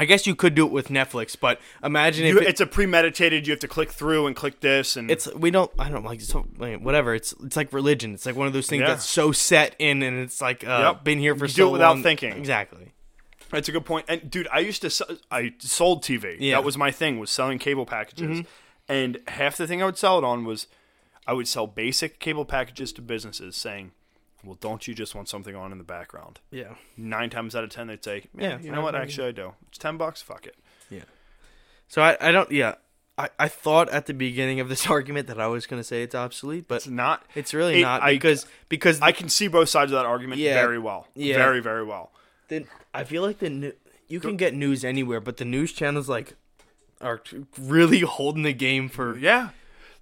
Speaker 2: I guess you could do it with Netflix, but imagine if
Speaker 3: you,
Speaker 2: it,
Speaker 3: it's a premeditated. You have to click through and click this, and
Speaker 2: it's we don't I don't like so, like, whatever it's it's like religion. It's like one of those things
Speaker 3: Yeah.
Speaker 2: that's so set in and it's like uh,
Speaker 3: Yep.
Speaker 2: been here for
Speaker 3: You do
Speaker 2: so
Speaker 3: it without
Speaker 2: long.
Speaker 3: thinking.
Speaker 2: Exactly.
Speaker 3: That's a good point. And dude, I used to s- I sold TV.
Speaker 2: Yeah. Mm-hmm.
Speaker 3: That was my thing was selling cable packages. And half the thing I would sell it on was I would sell basic cable packages to businesses saying, "Well, don't you just want something on in the background?"
Speaker 2: Yeah.
Speaker 3: 9 times out of 10 they'd say, "Yeah,
Speaker 2: Yeah,
Speaker 3: you know what? Actually, I do. It's 10 bucks, fuck it."
Speaker 2: Yeah. So I, I don't yeah. I, I thought at the beginning of this argument that I was going to say it's obsolete, but
Speaker 3: It's not
Speaker 2: it's really
Speaker 3: it-
Speaker 2: not
Speaker 3: I,
Speaker 2: because because
Speaker 3: I can see both sides of that argument
Speaker 2: Yeah.
Speaker 3: very well.
Speaker 2: Yeah.
Speaker 3: Very very well.
Speaker 2: the, I feel like the new, you can get news anywhere, but the news channels like are t- really holding the game for
Speaker 3: Yeah.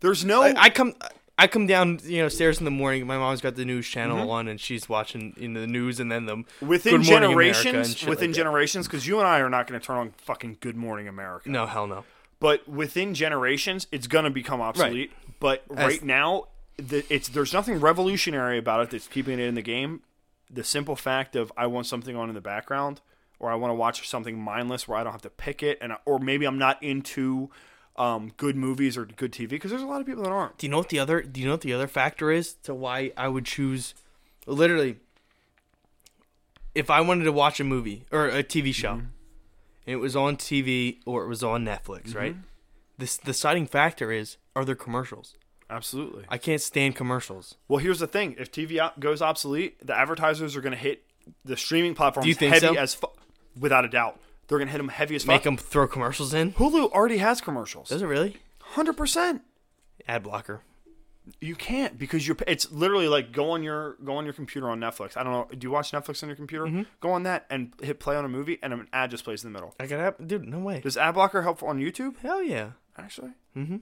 Speaker 3: There's no
Speaker 2: I, I come I come down you know stairs in the morning. My mom's got the news channel on, and she's watching you know, the news, and then the
Speaker 3: Mm-hmm. within
Speaker 2: Good Morning America and
Speaker 3: generations
Speaker 2: shit
Speaker 3: within
Speaker 2: like that.
Speaker 3: generations cuz you and I are not going to turn on fucking Good Morning America.
Speaker 2: No, hell no.
Speaker 3: but within generations it's going to become obsolete but right now the, it's there's nothing revolutionary about it that's keeping it in the game the simple fact of i want something on in the background or i want to watch something mindless where i don't have to pick it and I- or maybe i'm not into um, good movies or good tv because there's a lot of people that aren't
Speaker 2: Do you know what the other Do you know what the other factor is to why I would choose? Literally, if I wanted to watch a movie or a TV show,
Speaker 3: Mm-hmm.
Speaker 2: and it was on TV or it was on Netflix,
Speaker 3: Mm-hmm.
Speaker 2: right? This the deciding factor is are there commercials?
Speaker 3: absolutely
Speaker 2: I can't stand commercials.
Speaker 3: well here's the thing if tv o- goes obsolete the advertisers are going to hit the streaming platforms
Speaker 2: you think
Speaker 3: heavy
Speaker 2: so?
Speaker 3: as fu- without a doubt they're going to hit them heavy as fuck
Speaker 2: Make them throw commercials in.
Speaker 3: hulu already has commercials
Speaker 2: Does it really?
Speaker 3: 100%
Speaker 2: Ad blocker.
Speaker 3: You can't because you're. It's literally like go on your go on your computer on Netflix. I don't know. Do you watch Netflix on your computer?
Speaker 2: Mm-hmm.
Speaker 3: Go on that and hit play on a movie, and an ad just plays in the middle.
Speaker 2: I got ad, dude. No way.
Speaker 3: Does ad blocker help on YouTube?
Speaker 2: Hell yeah.
Speaker 3: Actually, mm-hmm.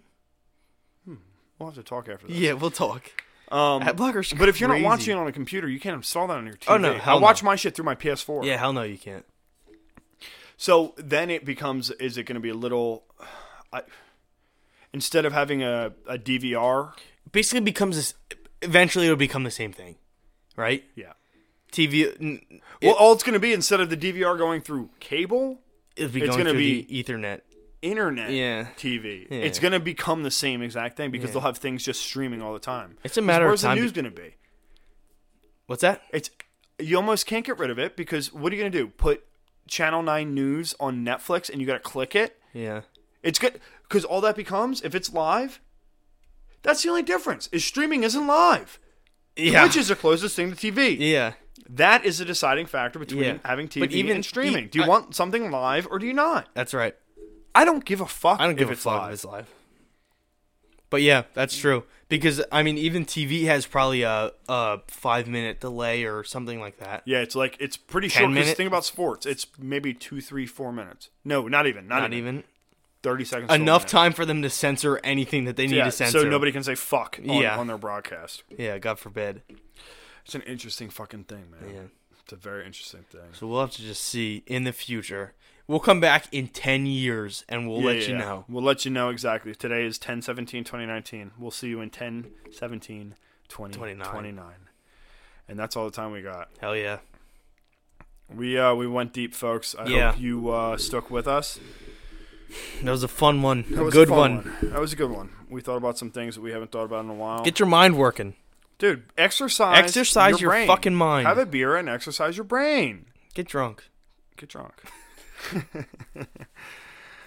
Speaker 3: We'll have to talk after this.
Speaker 2: Yeah, we'll talk.
Speaker 3: Um,
Speaker 2: Ad blocker's
Speaker 3: but if you're not
Speaker 2: crazy.
Speaker 3: watching it on a computer, you can't install that on your TV.
Speaker 2: Oh, no, hell
Speaker 3: I
Speaker 2: no.
Speaker 3: watch my shit through my PS4.
Speaker 2: Yeah, hell no, you can't.
Speaker 3: So then it becomes: is it going to be a little? I, instead of having a, a DVR,
Speaker 2: Basically, becomes this. Eventually, it'll become the same thing, right?
Speaker 3: yeah.
Speaker 2: TV. n- It,
Speaker 3: Well, all it's going to be instead of the DVR going through cable,
Speaker 2: it'll be
Speaker 3: it's
Speaker 2: going
Speaker 3: gonna
Speaker 2: through
Speaker 3: be-
Speaker 2: the Ethernet.
Speaker 3: internet
Speaker 2: Yeah.
Speaker 3: TV.
Speaker 2: Yeah.
Speaker 3: It's going to become the same exact thing because they'll have things just streaming all the time.
Speaker 2: It's a
Speaker 3: 'Cause
Speaker 2: matter of
Speaker 3: where's
Speaker 2: time
Speaker 3: the
Speaker 2: be-
Speaker 3: news going to be?
Speaker 2: What's that?
Speaker 3: It's you almost can't get rid of it because what are you going to do? Put Channel 9 news on Netflix and you got to click it?
Speaker 2: Yeah.
Speaker 3: It's good cuz all that becomes if it's live that's the only difference. Is streaming isn't live.
Speaker 2: Yeah.
Speaker 3: Which is the closest thing to TV.
Speaker 2: yeah.
Speaker 3: That is the deciding factor between
Speaker 2: Yeah.
Speaker 3: having TV
Speaker 2: But even-
Speaker 3: and streaming.
Speaker 2: e-
Speaker 3: do you
Speaker 2: I-
Speaker 3: want something live or do you not?
Speaker 2: That's right.
Speaker 3: I don't give a fuck
Speaker 2: I don't give
Speaker 3: if
Speaker 2: a
Speaker 3: it's
Speaker 2: fuck
Speaker 3: live.
Speaker 2: if it's live. But yeah, that's true. Because I mean, even TV has probably a a five minute delay or something like that.
Speaker 3: Yeah, it's like it's pretty
Speaker 2: 10
Speaker 3: short. Because
Speaker 2: minute?
Speaker 3: think about sports, it's maybe two, three, four minutes. No, not even. Not,
Speaker 2: Not
Speaker 3: even.
Speaker 2: even
Speaker 3: Thirty seconds. to a
Speaker 2: enough
Speaker 3: minute.
Speaker 2: time for them to censor anything that they need
Speaker 3: Yeah,
Speaker 2: to censor.
Speaker 3: so nobody can say fuck on,
Speaker 2: Yeah.
Speaker 3: on their broadcast.
Speaker 2: Yeah, God forbid.
Speaker 3: It's an interesting fucking thing, man.
Speaker 2: Yeah.
Speaker 3: It's a very interesting thing.
Speaker 2: So we'll have to just see in the future. We'll come back in ten years and we'll
Speaker 3: Yeah,
Speaker 2: let you
Speaker 3: yeah.
Speaker 2: know.
Speaker 3: We'll let you know exactly. Today is 10 17 2019. We'll see you in 10 17 20,
Speaker 2: 29.
Speaker 3: 29. And that's all the time we got.
Speaker 2: Hell yeah.
Speaker 3: We uh we went deep, folks. I
Speaker 2: Yeah.
Speaker 3: hope you uh stuck with us.
Speaker 2: That was a fun one.
Speaker 3: That
Speaker 2: a
Speaker 3: was
Speaker 2: good
Speaker 3: fun
Speaker 2: one.
Speaker 3: That was a good one. We thought about some things that we haven't thought about in a while.
Speaker 2: Get your mind working.
Speaker 3: Dude, exercise.
Speaker 2: Exercise your
Speaker 3: brain.
Speaker 2: fucking mind.
Speaker 3: Have a beer and exercise your brain.
Speaker 2: Get drunk.
Speaker 3: Get drunk.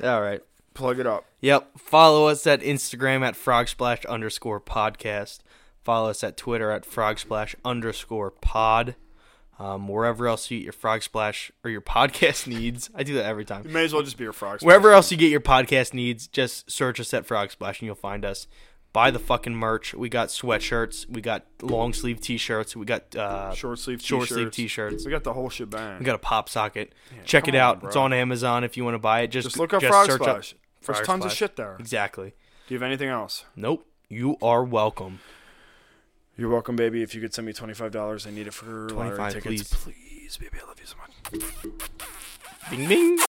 Speaker 2: All right.
Speaker 3: Plug it up.
Speaker 2: Yep. Follow us at Instagram at frogsplash underscore podcast. Follow us at Twitter at frogsplash underscore pod. Um, wherever else you get your frog splash or your podcast needs. I do that every time.
Speaker 3: You may as well just be a frog.
Speaker 2: Wherever else you get your podcast needs, just search us at Frog Splash and you'll find us. Buy the fucking merch. We got sweatshirts. We got long sleeve T-shirts. We got uh,
Speaker 3: Short sleeve
Speaker 2: short sleeve
Speaker 3: t-shirts.
Speaker 2: T-shirts.
Speaker 3: We got the whole shebang.
Speaker 2: We got a pop socket. Check it
Speaker 3: come on,
Speaker 2: out.
Speaker 3: bro.
Speaker 2: it's on Amazon if you want to buy it. Just,
Speaker 3: Just look up
Speaker 2: just
Speaker 3: Frog
Speaker 2: search up
Speaker 3: Splash. There's
Speaker 2: Frog
Speaker 3: tons of
Speaker 2: Splash.
Speaker 3: shit there. Do
Speaker 2: Exactly.
Speaker 3: you have anything else?
Speaker 2: Nope. You are welcome.
Speaker 3: You're welcome, baby. If you could send me twenty five dollars, I need it for lottery
Speaker 2: 25,
Speaker 3: tickets. please,
Speaker 2: please.
Speaker 3: baby. I love you so much.
Speaker 2: Bing bing.